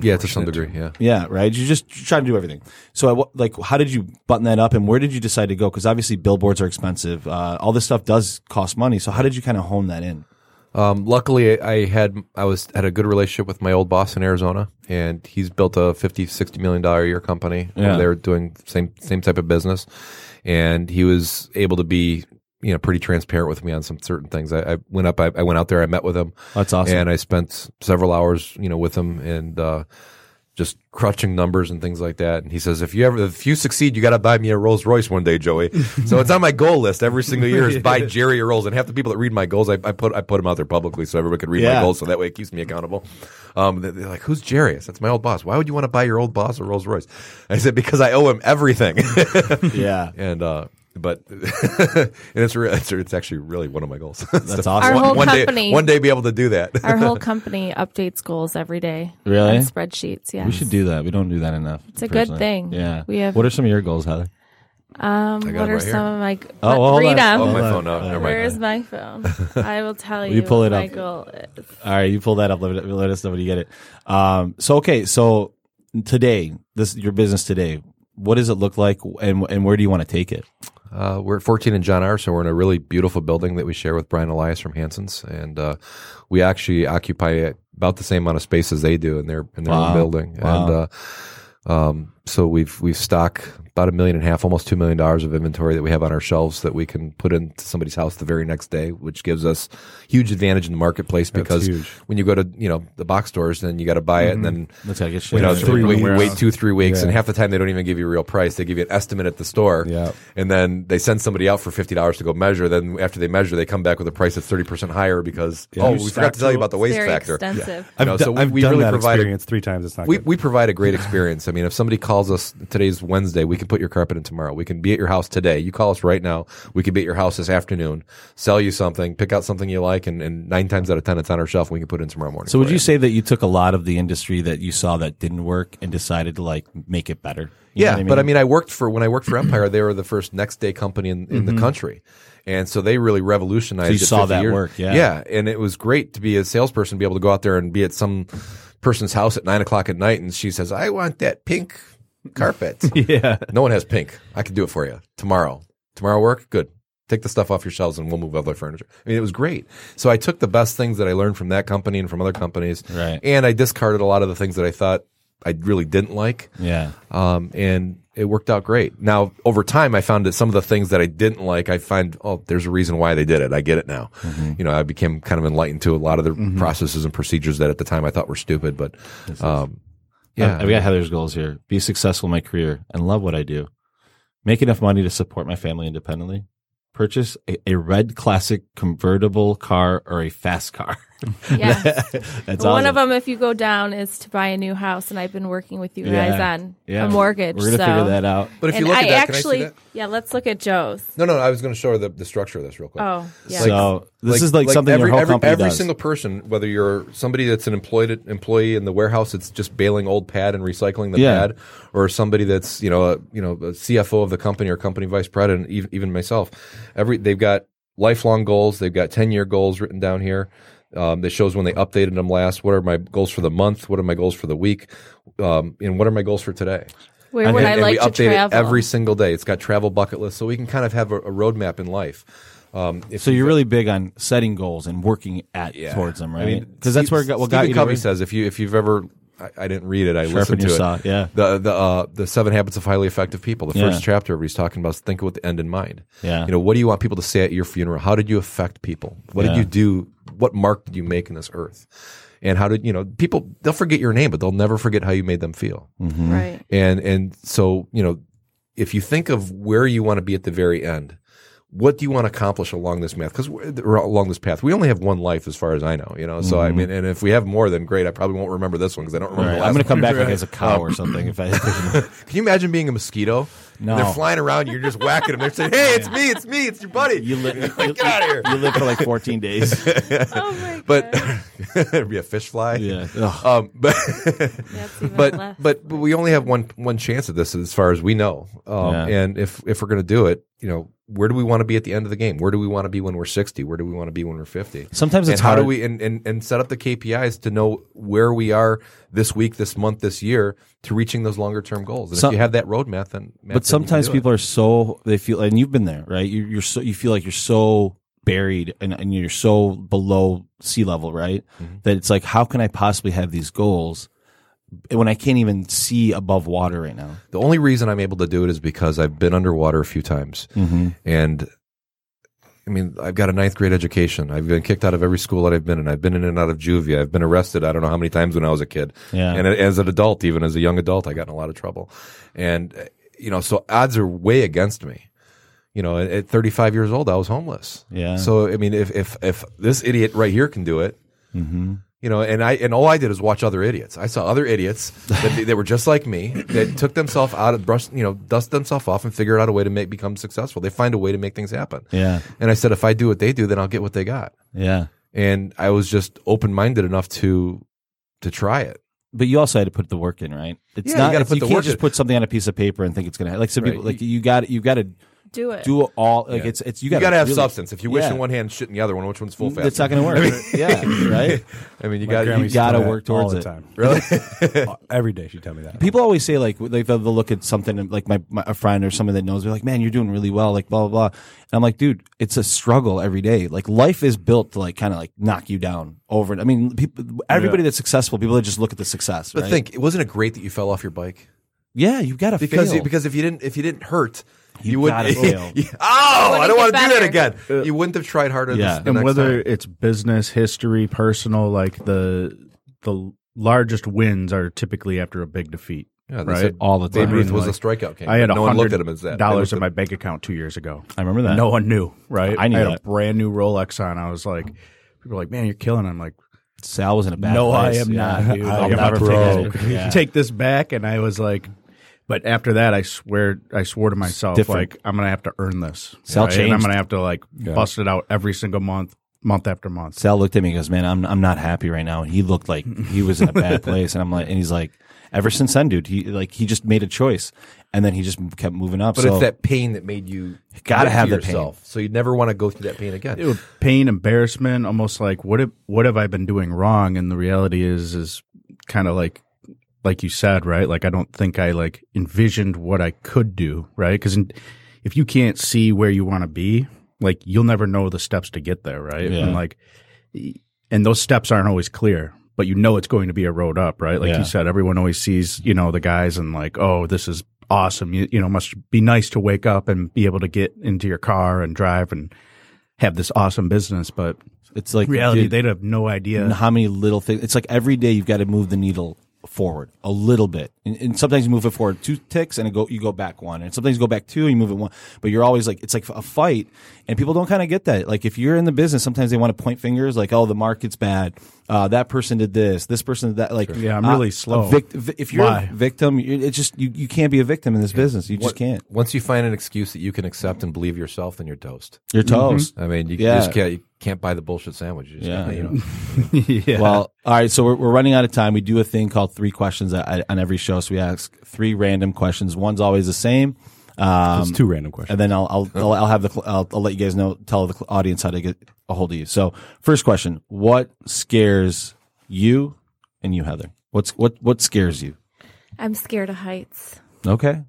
Speaker 4: yeah, to some degree, yeah.
Speaker 3: Yeah, right. You just try to do everything. So, I, wa- like, how did you button that up, and where did you decide to go? Because obviously, billboards are expensive. Uh, all this stuff does cost money. So, how did you kind of hone that in?
Speaker 4: Um, luckily, I I had I was had a good relationship with my old boss in Arizona, and he's built a 50 60 million dollar a year company.
Speaker 3: Yeah.
Speaker 4: They're doing same same type of business, and he was able to be you know pretty transparent with me on some certain things. I, I went up, I, I went out there, I met with him.
Speaker 3: That's awesome.
Speaker 4: And I spent several hours you know with him and. Uh, just crutching numbers and things like that, and he says, "If you ever, if you succeed, you got to buy me a Rolls Royce one day, Joey." so it's on my goal list every single year is buy Jerry a Rolls, and half the people that read my goals, I, I put I put them out there publicly so everyone can read
Speaker 3: Yeah.
Speaker 4: my goals, so that way it keeps me accountable. Um, they- they're like, "Who's Jerry?" I said, "It's my old boss. Why would you want to buy your old boss a Rolls Royce?" I said, "Because I owe him everything."
Speaker 3: Yeah,
Speaker 4: and uh, but and it's re- it's, it's actually really one of my goals.
Speaker 3: that's
Speaker 6: Our
Speaker 3: awesome.
Speaker 6: whole
Speaker 4: one
Speaker 6: company.
Speaker 4: day, one day, be able to do that.
Speaker 6: Our whole company updates goals every day.
Speaker 3: Really?
Speaker 6: On spreadsheets, yeah.
Speaker 3: We should do that. We don't do that enough.
Speaker 6: It's a good thing.
Speaker 3: Yeah.
Speaker 6: We have-
Speaker 3: What are some of your goals, Heather?
Speaker 4: I
Speaker 6: um,
Speaker 4: got
Speaker 6: what
Speaker 4: it
Speaker 6: are
Speaker 4: right here.
Speaker 6: some of my g-
Speaker 3: Oh, well, hold
Speaker 6: read
Speaker 3: on.
Speaker 6: them?
Speaker 4: oh, my
Speaker 3: Hold
Speaker 4: phone. No,
Speaker 3: on.
Speaker 4: never mind.
Speaker 6: Where is my phone? I will tell you.
Speaker 3: you pull it
Speaker 6: what
Speaker 3: up?
Speaker 6: my goal is.
Speaker 3: All right, you pull that up. Let, let us know when you get it. Um, so okay, so today, this your business today. What does it look like, and and where do you want to take it?
Speaker 4: Uh, we're at 14 and John R, so we're in a really beautiful building that we share with Brian Elias from Hanson's, and uh, we actually occupy about the same amount of space as they do in their in their
Speaker 3: Wow.
Speaker 4: own building.
Speaker 3: Wow.
Speaker 4: And uh, um, so we've we've stock about a million and a half, almost two million dollars of inventory that we have on our shelves that we can put into somebody's house the very next day, which gives us huge advantage in the marketplace because
Speaker 7: huge.
Speaker 4: when you go to you know the box stores, then you got to buy it, and then
Speaker 3: Let's gotta get shit.
Speaker 4: you know,
Speaker 3: out of
Speaker 4: three
Speaker 3: here.
Speaker 4: wait,
Speaker 7: weeks.
Speaker 4: wait two, three weeks,
Speaker 7: Yeah.
Speaker 4: and half the time they don't even give you a real price. They give you an estimate at the store,
Speaker 7: Yeah.
Speaker 4: and then they send somebody out for fifty dollars to go measure. Then after they measure, they come back with a price that's thirty percent higher because oh, we forgot to tell you about the waste
Speaker 6: Very
Speaker 4: factor.
Speaker 6: extensive.
Speaker 4: You know,
Speaker 7: I've, do-
Speaker 4: so we,
Speaker 7: I've
Speaker 4: we
Speaker 7: done
Speaker 4: really
Speaker 7: that
Speaker 4: provide a
Speaker 7: experience three times. It's not
Speaker 4: we,
Speaker 7: good.
Speaker 4: we provide a great experience. I mean, if somebody calls us today's Wednesday, we can put your carpet in tomorrow. We can be at your house today. You call us right now. We could be at your house this afternoon, sell you something, pick out something you like, and, and nine times out of ten, it's on our shelf. We can put it in tomorrow morning.
Speaker 3: So would
Speaker 4: for
Speaker 3: you say that you took a lot of the industry that you saw that didn't work and decided to like make it better? You know
Speaker 4: yeah,
Speaker 3: what
Speaker 4: but I mean, I worked for when I worked for Empire, they were the first next day company in, in the country, and so they really revolutionized.
Speaker 3: Mm-hmm. So you saw
Speaker 4: it 50
Speaker 3: that
Speaker 4: years-
Speaker 3: work, yeah.
Speaker 4: yeah, and it was great to be a salesperson, be able to go out there and be at some person's house at nine o'clock at night, and she says, "I want that pink carpet."
Speaker 5: Yeah.
Speaker 4: no one has pink. I can do it for you tomorrow. Tomorrow work good. Take the stuff off your shelves and we'll move other furniture. I mean, it was great. So I took the best things that I learned from that company and from other companies,
Speaker 3: Right.
Speaker 4: and I discarded a lot of the things that I thought I really didn't like
Speaker 3: yeah,
Speaker 4: um, and it worked out great. Now, over time, I found that some of the things that I didn't like, I find, oh, there's a reason why they did it. I get it now. You know, I became kind of enlightened to a lot of the processes and procedures that at the time I thought were stupid, but um, yeah,
Speaker 3: I, have got Heather's goals here: be successful in my career and love what I do, make enough money to support my family independently, purchase a, a red classic convertible car or a fast car.
Speaker 6: Yeah.
Speaker 3: That's
Speaker 6: One
Speaker 3: awesome.
Speaker 6: of them, if you go down, is to buy a new house, and I've been working with you
Speaker 3: Yeah.
Speaker 6: guys on
Speaker 3: Yeah.
Speaker 6: a mortgage.
Speaker 3: We're gonna
Speaker 6: so.
Speaker 3: figure that out.
Speaker 4: But if
Speaker 6: and
Speaker 4: you look
Speaker 6: I
Speaker 4: at that,
Speaker 6: actually,
Speaker 4: can I see
Speaker 6: yeah, let's look at Joe's.
Speaker 4: that? No, no, I was going to show her the, the structure of this real quick.
Speaker 6: Oh, yeah.
Speaker 3: so this is like, something
Speaker 4: every,
Speaker 3: your whole
Speaker 4: every,
Speaker 3: company
Speaker 4: every
Speaker 3: does.
Speaker 4: single person, whether you're somebody that's an employed employee in the warehouse that's just baling old pad and recycling the
Speaker 3: Yeah.
Speaker 4: pad, or somebody that's you know a, you know a CFO of the company or company vice president, even, even myself, every they've got lifelong goals. They've got ten year goals written down here. Um, that shows when they updated them last. What are my goals for the month? What are my goals for the week? Um, and what are my goals for today?
Speaker 6: Where would I
Speaker 4: and
Speaker 6: like
Speaker 4: we
Speaker 6: to
Speaker 4: update
Speaker 6: travel?
Speaker 4: it every single day. It's got travel bucket list, so we can kind of have a, a roadmap in life. Um, if
Speaker 3: so you're really big on setting goals and working at
Speaker 4: yeah.
Speaker 3: towards them,
Speaker 4: I
Speaker 3: right?
Speaker 4: mean,
Speaker 3: Because that's
Speaker 4: Steve-
Speaker 3: where it got, what got
Speaker 4: Stephen
Speaker 3: you.
Speaker 4: Covey
Speaker 3: To,
Speaker 4: says if you if you've ever. I, I didn't read it. I listened to
Speaker 3: your
Speaker 4: it.
Speaker 3: saw, yeah.
Speaker 4: The the uh, the seven habits of highly effective people. The
Speaker 3: Yeah.
Speaker 4: first chapter, where he's talking about is think with the end in mind.
Speaker 3: Yeah.
Speaker 4: You know, what do you want people to say at your funeral? How did you affect people? What
Speaker 3: Yeah.
Speaker 4: did you do? What mark did you make in this earth? And how did you know people? They'll forget your name, but they'll never forget how you made them feel
Speaker 3: Mm-hmm.
Speaker 6: Right.
Speaker 4: and and so you know if you think of where you want to be at the very end what do you want to accomplish along this path because along this path we only have one life as far as i know you know so i mean and if we have more then great i probably won't remember this one because i don't remember
Speaker 3: All Mm-hmm. right,
Speaker 4: the
Speaker 3: I'm going
Speaker 4: last
Speaker 3: to
Speaker 4: one.
Speaker 3: come back like as a cow or something. If I
Speaker 4: can you imagine being a mosquito
Speaker 3: No.
Speaker 4: they're flying around you're just whacking them they're saying hey it's me it's me it's your buddy
Speaker 3: you live,
Speaker 4: Like, get out of here
Speaker 3: you live for like 14 days.
Speaker 6: Oh my
Speaker 4: Mm-hmm. but it'd be a fish fly
Speaker 3: Yeah. Ugh.
Speaker 4: um but
Speaker 6: That's even
Speaker 4: but
Speaker 6: less.
Speaker 4: but but we only have one one chance at this as far as we know. Um,
Speaker 3: Yeah.
Speaker 4: And if if we're going to do it, you know, where do we want to be at the end of the game? Where do we want to be when we're sixty? Where do we want to be when we're fifty?
Speaker 3: Sometimes it's
Speaker 4: and how do
Speaker 3: hard.
Speaker 4: we and, and and set up the KPIs to know where we are this week, this month, this year to reaching those longer term goals. And
Speaker 3: Some-
Speaker 4: if you have that roadmap, then
Speaker 3: But
Speaker 4: Matt, then you can
Speaker 3: sometimes
Speaker 4: do it.
Speaker 3: people are so they feel, and you've been there, right? You, you're so you feel like you're so buried and, and you're so below sea level, right?
Speaker 4: Mm-hmm.
Speaker 3: That it's like, how can I possibly have these goals when I can't even see above water right now?
Speaker 4: The only reason I'm able to do it is because I've been underwater a few times.
Speaker 3: Mm-hmm.
Speaker 4: And I mean, I've got a ninth grade education. I've been kicked out of every school that I've been in. I've been in and out of juvia. I've been arrested. I don't know how many times when I was a kid.
Speaker 3: Yeah.
Speaker 4: And as an adult, even as a young adult, I got in a lot of trouble. And, uh, you know, so odds are way against me. You know, at- at 35 years old, I was homeless.
Speaker 3: Yeah.
Speaker 4: So, I mean, if, if, if this idiot right here can do it, you know, and I and all I did is watch other idiots. I saw other idiots that, that were just like me that took themselves out of brush, you know, dust themselves off and figured out a way to make become successful. They find a way to make things happen.
Speaker 3: Yeah.
Speaker 4: And I said, if I do what they do, then I'll get what they got.
Speaker 3: Yeah.
Speaker 4: And I was just open minded enough to to try it.
Speaker 3: But you also had to put the work in, right? It's
Speaker 4: Yeah, you gotta
Speaker 3: it's-
Speaker 4: put the
Speaker 3: can't
Speaker 4: work
Speaker 3: just
Speaker 4: in.
Speaker 3: put something on a piece of paper and think it's gonna like some people like you got you got to
Speaker 6: do it.
Speaker 3: do all like it's it's you got
Speaker 4: You
Speaker 3: to
Speaker 4: got to have substance. If you wish
Speaker 3: yeah.
Speaker 4: in one hand, shit in the other one, which one's full fast?
Speaker 3: It's not gonna work. yeah. Right.
Speaker 4: I mean, you
Speaker 7: My
Speaker 4: got
Speaker 7: grandma
Speaker 4: to.
Speaker 7: used
Speaker 3: gotta
Speaker 7: tell me that
Speaker 3: work towards
Speaker 7: all the
Speaker 3: it.
Speaker 7: Time.
Speaker 4: Really?
Speaker 7: Every day she'd tell me that.
Speaker 3: People always say like like they'll, they'll look at something and, like my, my a friend or someone that knows me like man you're doing really well like blah blah blah and I'm like dude it's a struggle every day like life is built to like kind of like knock you down over and I mean people everybody that's successful people that just look at the success
Speaker 4: But
Speaker 3: right?
Speaker 4: think, wasn't it great that you fell off your bike?
Speaker 3: yeah you got to
Speaker 4: because
Speaker 3: fail.
Speaker 4: because if you didn't if you didn't hurt, you,
Speaker 3: gotta
Speaker 4: wouldn't.
Speaker 3: fail. Uh,
Speaker 4: You- oh, I don't
Speaker 6: get
Speaker 4: want to do that
Speaker 6: better.
Speaker 4: again. You wouldn't have tried harder.
Speaker 3: Yeah.
Speaker 4: Yeah. This, the
Speaker 5: and
Speaker 4: next
Speaker 5: whether
Speaker 4: time.
Speaker 5: it's business history personal like the the largest wins are typically after a big defeat
Speaker 4: Yeah, they
Speaker 5: right
Speaker 4: said
Speaker 3: all the
Speaker 4: Babe
Speaker 3: time.
Speaker 4: Ruth
Speaker 5: mean,
Speaker 4: was
Speaker 5: like,
Speaker 4: a strikeout king.
Speaker 5: i had
Speaker 4: but no one looked at him as that. They
Speaker 5: dollars in
Speaker 4: looked
Speaker 5: my
Speaker 4: at-
Speaker 5: bank account two years ago
Speaker 3: I remember that
Speaker 5: no one knew right
Speaker 3: I knew
Speaker 5: had a
Speaker 3: that.
Speaker 5: brand new rolex on i was like people were like man you're killing i'm like
Speaker 3: Sal was in a bad
Speaker 5: no
Speaker 3: place.
Speaker 5: i am
Speaker 3: Yeah.
Speaker 5: not dude.
Speaker 3: I'll
Speaker 5: Like, I'm
Speaker 3: never
Speaker 5: not
Speaker 3: forget
Speaker 5: taking
Speaker 3: it.
Speaker 5: it.
Speaker 3: Yeah.
Speaker 5: take this back and i was like but after that i swear i swore to myself
Speaker 3: different.
Speaker 5: like i'm gonna have to earn this
Speaker 3: Sal
Speaker 5: and i'm
Speaker 3: changed.
Speaker 5: gonna have to like bust it out every single month month after month
Speaker 3: Sal looked at me and goes, "Man, I'm I'm not happy right now." And he looked like he was in a bad place. And I'm like, and he's like, "Ever since then, dude, he like he just made a choice, and then he just kept moving up."
Speaker 4: But
Speaker 3: so
Speaker 4: it's that pain that made you
Speaker 3: Gotta
Speaker 4: commit
Speaker 3: have the pain.
Speaker 4: yourself. So you never want to go through that pain again.
Speaker 5: it would- pain, embarrassment, almost like what have, what have I been doing wrong? And the reality is is kind of like like you said, right? Like I don't think I like envisioned what I could do, right? Because if you can't see where you want to be, like you'll never know the steps to get there, right?
Speaker 3: Yeah.
Speaker 5: And like and those steps aren't always clear. But you know it's going to be a road up, right? Like
Speaker 3: Yeah.
Speaker 5: you said, everyone always sees, you know, the guys and like, oh, this is awesome. You, you know, must be nice to wake up and be able to get into your car and drive and have this awesome business, but
Speaker 3: it's like
Speaker 5: reality
Speaker 3: dude,
Speaker 5: they'd have no idea.
Speaker 3: how many little things. It's like every day you've got to move the needle forward a little bit, and, and sometimes you move it forward two ticks, and it go you go back one, and sometimes you go back two, and you move it one. But you're always like it's like a fight, and people don't kind of get that. Like if you're in the business, sometimes they want to point fingers, like oh the market's bad, uh, that person did this, this person did that. Like
Speaker 5: Yeah, I'm
Speaker 3: uh,
Speaker 5: really
Speaker 3: a
Speaker 5: slow.
Speaker 3: vic- vi- if you're
Speaker 5: Why?
Speaker 3: a victim, you- it's just you, you can't be a victim in this business. You just
Speaker 4: What-
Speaker 3: can't.
Speaker 4: Once you find an excuse that you can accept and believe yourself, then you're toast.
Speaker 3: You're toast.
Speaker 4: I mean, you
Speaker 3: Yeah.
Speaker 4: just can't you can't buy the bullshit sandwich. You just
Speaker 3: Yeah.
Speaker 4: gotta, you know.
Speaker 5: yeah.
Speaker 3: Well, all right. So we're, we're running out of time. We do a thing called three questions on on every show. So we ask three random questions. One's always the same. Um,
Speaker 7: It's two random questions.
Speaker 3: and then I'll I'll, I'll, I'll have the cl- I'll, I'll let you guys know tell the cl- audience how to get a hold of you. So first question: What scares you and you, Heather? What's what what scares you?
Speaker 6: I'm scared of heights.
Speaker 3: Okay,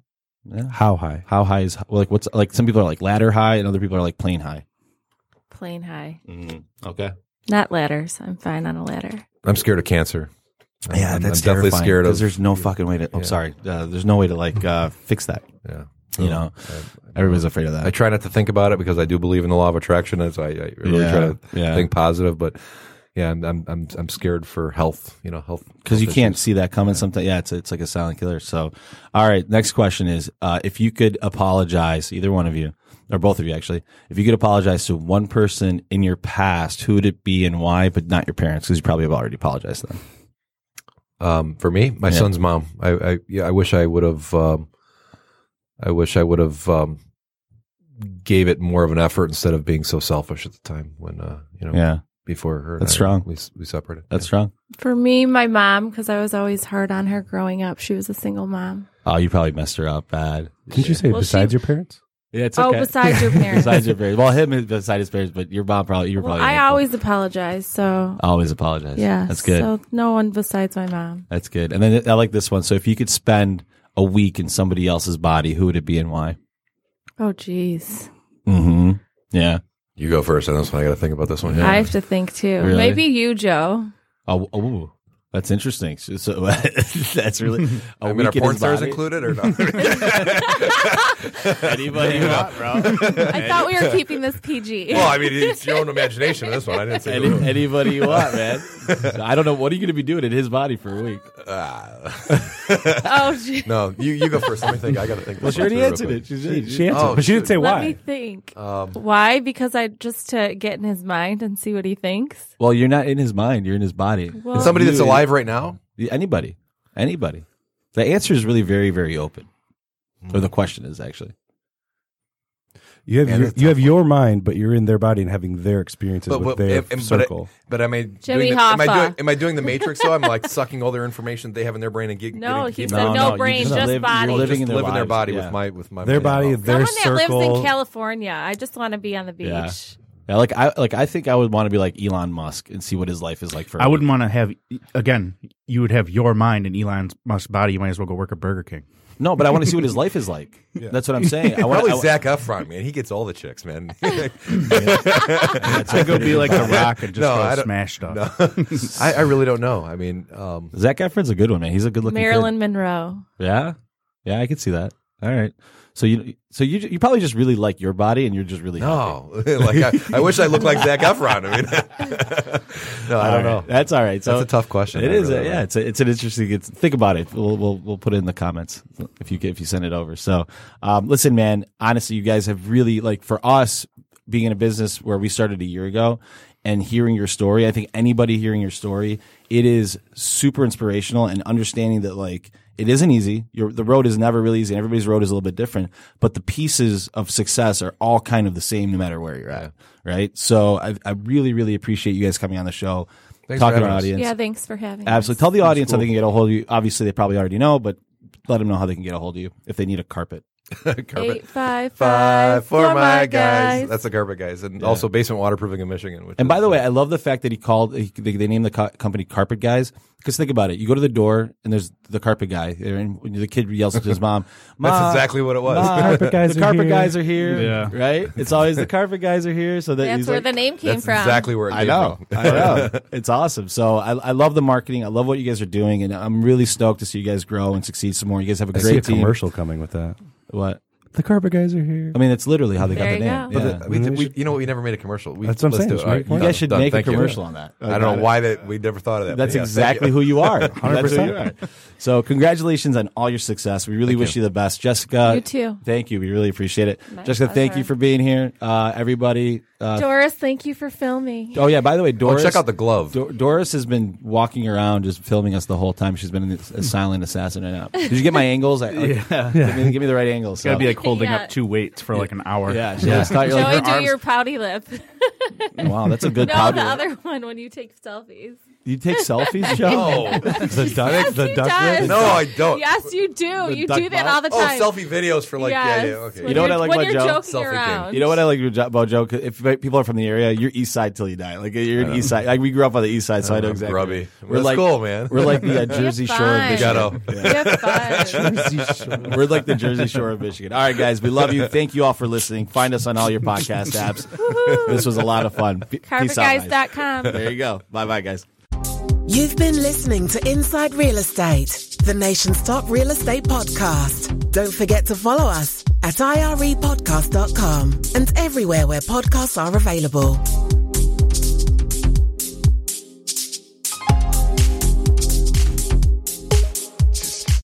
Speaker 7: How high?
Speaker 3: how high is well, like what's like some people are like ladder high and other people are like plane high.
Speaker 6: Plane high.
Speaker 4: Mm-hmm.
Speaker 3: Okay,
Speaker 6: Not ladders. I'm fine on a ladder.
Speaker 4: I'm scared of cancer. I'm-
Speaker 3: yeah,
Speaker 4: I'm,
Speaker 3: that's
Speaker 4: I'm definitely scared of.
Speaker 3: there's no fucking way to. I'm
Speaker 4: Yeah.
Speaker 3: sorry, uh, there's no way to like uh, fix that.
Speaker 4: Yeah.
Speaker 3: You know, everybody's afraid of that.
Speaker 4: I try not to think about it because I do believe in the law of attraction. As I, I really
Speaker 3: Yeah,
Speaker 4: try to
Speaker 3: yeah.
Speaker 4: think positive, but yeah, I'm, I'm I'm I'm scared for health. You know, health
Speaker 3: because you
Speaker 4: health
Speaker 3: can't
Speaker 4: issues.
Speaker 3: see that coming. Sometimes, yeah, it's it's like a silent killer. So, all right, next question is: uh, if you could apologize, either one of you or both of you, actually, if you could apologize to one person in your past, who would it be and why? But not your parents, because you probably have already apologized to them.
Speaker 4: Um, for me, my
Speaker 3: Yeah.
Speaker 4: son's mom. I, I yeah, I wish I would have. Um, I wish I would have um, gave it more of an effort instead of being so selfish at the time when uh, you know
Speaker 3: Yeah,
Speaker 4: before her. and
Speaker 3: That's
Speaker 4: I,
Speaker 3: strong.
Speaker 4: We we separated.
Speaker 3: that's strong.
Speaker 6: For me, my mom, because I was always hard on her growing up. She was a single mom.
Speaker 3: Oh, you probably messed her up bad.
Speaker 7: Didn't you say
Speaker 6: Well,
Speaker 7: besides
Speaker 6: she-
Speaker 7: your parents?
Speaker 3: Yeah, it's
Speaker 6: Oh, besides your parents.
Speaker 3: besides your parents. Well, him is beside his parents, but your mom probably. You're
Speaker 6: Well,
Speaker 3: probably.
Speaker 6: I
Speaker 3: hateful.
Speaker 6: always apologize. So
Speaker 3: always apologize.
Speaker 6: yeah,
Speaker 3: that's good.
Speaker 6: So no one besides my mom.
Speaker 3: That's good. And then I like this one. So if you could spend a week in somebody else's body, who would it be and why?
Speaker 6: Oh jeez,
Speaker 3: Mm-hmm. Yeah.
Speaker 4: You go first on this one. I got to think about this one. Yeah.
Speaker 6: I have to think too.
Speaker 3: Really?
Speaker 6: Maybe you, Joe.
Speaker 3: Oh, oh, ooh. that's interesting. So, so that's really. A
Speaker 4: I mean, are
Speaker 3: week in
Speaker 4: porn
Speaker 3: his
Speaker 4: stars
Speaker 3: body?
Speaker 4: included or not?
Speaker 3: Anybody,
Speaker 6: I thought we were keeping this PG.
Speaker 4: well, I mean, it's your own imagination. This one, I didn't say.
Speaker 3: any, anybody you want, man. I don't know. What are you going to be doing in his body for a week?
Speaker 6: oh, gee.
Speaker 4: no, you you go first. Let me think. I got to think.
Speaker 3: Well, she already answered it. She's,
Speaker 7: She, she answered,
Speaker 4: Oh,
Speaker 7: but she didn't say
Speaker 6: let
Speaker 7: why.
Speaker 6: me think. Why? Because I just to get in his mind and see what he thinks.
Speaker 3: well, you're not in his mind. You're in his body.
Speaker 6: Well,
Speaker 4: Somebody that's alive right now.
Speaker 3: Anybody. Anybody. The answer is really very, very open. Or
Speaker 4: Hmm.
Speaker 3: the question is actually.
Speaker 7: You have
Speaker 4: Yeah,
Speaker 7: your,
Speaker 4: that's
Speaker 7: you have your mind, but you're in their body and having their experiences with their
Speaker 4: am- but I-
Speaker 7: circle.
Speaker 4: But, am I
Speaker 6: Jimmy
Speaker 4: doing the, am I
Speaker 6: Hoffa.
Speaker 4: doing am I doing the Matrix though? I'm like sucking all their information they have in their brain and get,
Speaker 6: No,
Speaker 4: getting to
Speaker 6: he
Speaker 4: keep
Speaker 6: said
Speaker 4: it?
Speaker 6: no
Speaker 3: you
Speaker 6: brain, just
Speaker 3: live-
Speaker 6: body.
Speaker 3: You're
Speaker 4: Just
Speaker 3: living in
Speaker 4: live
Speaker 3: their,
Speaker 4: in their
Speaker 3: lives.
Speaker 4: body
Speaker 3: Yeah.
Speaker 4: with my with my
Speaker 7: Their body,
Speaker 4: mind.
Speaker 7: their
Speaker 6: someone that
Speaker 7: circle.
Speaker 6: lives in California. I just want to be on the beach.
Speaker 3: Yeah. Yeah, like I like I think I would want to be like Elon Musk and see what his life is like for.
Speaker 5: I
Speaker 3: a
Speaker 5: wouldn't
Speaker 3: week.
Speaker 5: want to have again. You would have your mind in Elon Musk's body. You might as well go work at Burger King.
Speaker 3: No, but I want to see what his life is like. That's what I'm saying. I want
Speaker 4: Probably
Speaker 3: to
Speaker 4: Zach Efron, man. He gets all the chicks, man.
Speaker 5: I go be like the Rock and just
Speaker 4: No, I
Speaker 5: go
Speaker 4: don't-
Speaker 5: smash stuff.
Speaker 4: I, I really don't know. I mean, um,
Speaker 3: Zach Efron's a good one, man. He's a good looking.
Speaker 6: Marilyn Monroe.
Speaker 3: Yeah, yeah, I could see that. All right. So you so you you probably just really like your body and you're just really happy.
Speaker 4: no, like I, I wish I looked like Zach Efron. I mean, no, I
Speaker 3: All right.
Speaker 4: don't know.
Speaker 3: That's all right. So
Speaker 4: That's a tough question.
Speaker 3: It
Speaker 4: I
Speaker 3: is. uh,
Speaker 4: really
Speaker 3: a-
Speaker 4: don't
Speaker 3: yeah,
Speaker 4: know.
Speaker 3: it's a, it's an interesting. It's, think about it. We'll, we'll we'll put it in the comments if you get, if you send it over. So, um, listen, man. Honestly, you guys have really like for us being in a business where we started a year ago and hearing your story. I think anybody hearing your story, it is super inspirational and understanding that like it isn't easy. Your the road is never really easy. And everybody's road is a little bit different, but the pieces of success are all kind of the same no matter where you're at. Right. So I, I really, really appreciate you guys coming on the show.
Speaker 4: Thanks
Speaker 3: talking to
Speaker 4: for
Speaker 3: our
Speaker 4: having us.
Speaker 3: audience.
Speaker 6: Yeah, thanks for having
Speaker 3: Absolutely. Tell the audience how they can get a hold of you. Obviously, they probably already know, but let them know how they can get a hold of you if they need a carpet.
Speaker 6: me.
Speaker 4: Carpet.
Speaker 6: Eight five
Speaker 4: Five
Speaker 6: five
Speaker 4: for my guys. That's the carpet guys, and also basement waterproofing in Michigan. Which
Speaker 3: And
Speaker 4: is-
Speaker 3: by the way, I love the fact that he called. He, they, they named the co- company Carpet Guys because think about it: you go to the door and there's the carpet guy, and when the kid yells to his mom, "Ma,
Speaker 4: that's exactly what it was.
Speaker 3: Ma,
Speaker 7: Carpet guys
Speaker 3: the
Speaker 7: are
Speaker 3: carpet
Speaker 7: here."
Speaker 3: guys are here."
Speaker 5: Yeah.
Speaker 3: right. It's always the carpet guys are here, so that
Speaker 6: That's
Speaker 3: he's
Speaker 6: where
Speaker 3: like,
Speaker 6: the name came
Speaker 4: That's
Speaker 6: from.
Speaker 4: exactly where it
Speaker 3: I
Speaker 4: came
Speaker 3: know.
Speaker 4: from.
Speaker 3: I know. It's awesome. So I, I love the marketing. I love what you guys are doing, and I'm really stoked to see you guys grow and succeed some more. You guys have a
Speaker 7: I
Speaker 3: great
Speaker 7: see a
Speaker 3: team.
Speaker 7: commercial coming with that.
Speaker 3: What?
Speaker 7: The carpet guys are here.
Speaker 3: I mean, that's literally how they
Speaker 6: There
Speaker 3: got the
Speaker 6: you
Speaker 3: name.
Speaker 6: go.
Speaker 3: Yeah.
Speaker 4: But the, we,
Speaker 7: I mean,
Speaker 4: did-
Speaker 7: we
Speaker 4: we-
Speaker 7: should-
Speaker 4: you know what? We never made a commercial. We,
Speaker 7: That's what I'm
Speaker 4: let's
Speaker 7: saying,
Speaker 4: do it.
Speaker 7: just
Speaker 4: All
Speaker 7: make a
Speaker 4: right,
Speaker 7: commercial.
Speaker 3: you
Speaker 4: done,
Speaker 3: guys should
Speaker 4: done.
Speaker 3: make a
Speaker 4: Thank you.
Speaker 3: commercial on that.
Speaker 4: I don't know why that we never thought of that. but
Speaker 3: That's
Speaker 4: yeah, thank
Speaker 3: exactly
Speaker 4: you.
Speaker 3: who you are. That's who you are.
Speaker 7: 100%.
Speaker 3: So, congratulations on all your success. We really wish you. the best, Jessica.
Speaker 6: You too.
Speaker 3: Thank you. We really appreciate it,
Speaker 6: My
Speaker 3: Jessica. Thank
Speaker 6: pleasure.
Speaker 3: you for being here, uh, everybody. Uh,
Speaker 6: Doris, thank you for filming.
Speaker 3: oh yeah. By the way,
Speaker 4: Oh,
Speaker 3: Doris.
Speaker 4: check out the glove.
Speaker 3: Dor- Doris has been walking around just filming us the whole time. She's been a silent assassin right now. Did you get my angles? I, yeah. Give me, give me the right angles.
Speaker 5: Gotta be like holding
Speaker 6: Yeah.
Speaker 5: up two weights for like an hour.
Speaker 3: yeah. She just thought you're
Speaker 6: Joey,
Speaker 3: like,
Speaker 6: do
Speaker 3: her arms-
Speaker 6: your pouty lip.
Speaker 3: wow, that's a good
Speaker 6: no, the
Speaker 3: powder.
Speaker 6: other one when you take selfies.
Speaker 3: You take selfies, Joe?
Speaker 4: Oh
Speaker 7: the duck, the
Speaker 6: he
Speaker 7: duck
Speaker 6: does.
Speaker 7: lip?
Speaker 4: no, I don't.
Speaker 6: Yes, you do. You
Speaker 3: duck
Speaker 6: do that
Speaker 3: mouth?
Speaker 6: all the
Speaker 4: oh,
Speaker 6: time.
Speaker 4: selfie videos for like yeah,
Speaker 6: Yes.
Speaker 4: yeah okay.
Speaker 6: When
Speaker 3: You know what
Speaker 6: you're-
Speaker 3: I like
Speaker 6: when
Speaker 3: about
Speaker 6: you're
Speaker 3: Joe?
Speaker 6: joking
Speaker 4: Selfie king.
Speaker 6: around.
Speaker 3: You know what I like about Joe? 'Cause If people are from the area, you're East Side till you die. Like you're an East Side. Like we grew up on the East Side, so I know
Speaker 4: I'm
Speaker 3: exactly.
Speaker 4: grubby.
Speaker 3: We're
Speaker 4: That's
Speaker 3: like
Speaker 4: cool, man.
Speaker 3: We're like the uh,
Speaker 6: You're
Speaker 3: Jersey Shore of
Speaker 6: fine.
Speaker 3: Michigan.
Speaker 4: Ghetto.
Speaker 6: You're fun.
Speaker 3: We're like the Jersey Shore of Michigan. All right, guys, we love you. Thank you all for listening. Find us on all your podcast apps. this was a lot of fun. P- peace out, guys.
Speaker 6: CarpetGuys.com.
Speaker 3: There you go. Bye, bye, guys.
Speaker 2: You've been listening to Inside Real Estate, the nation's top real estate podcast. Don't forget to follow E us at irepodcast.com and everywhere where podcasts are available.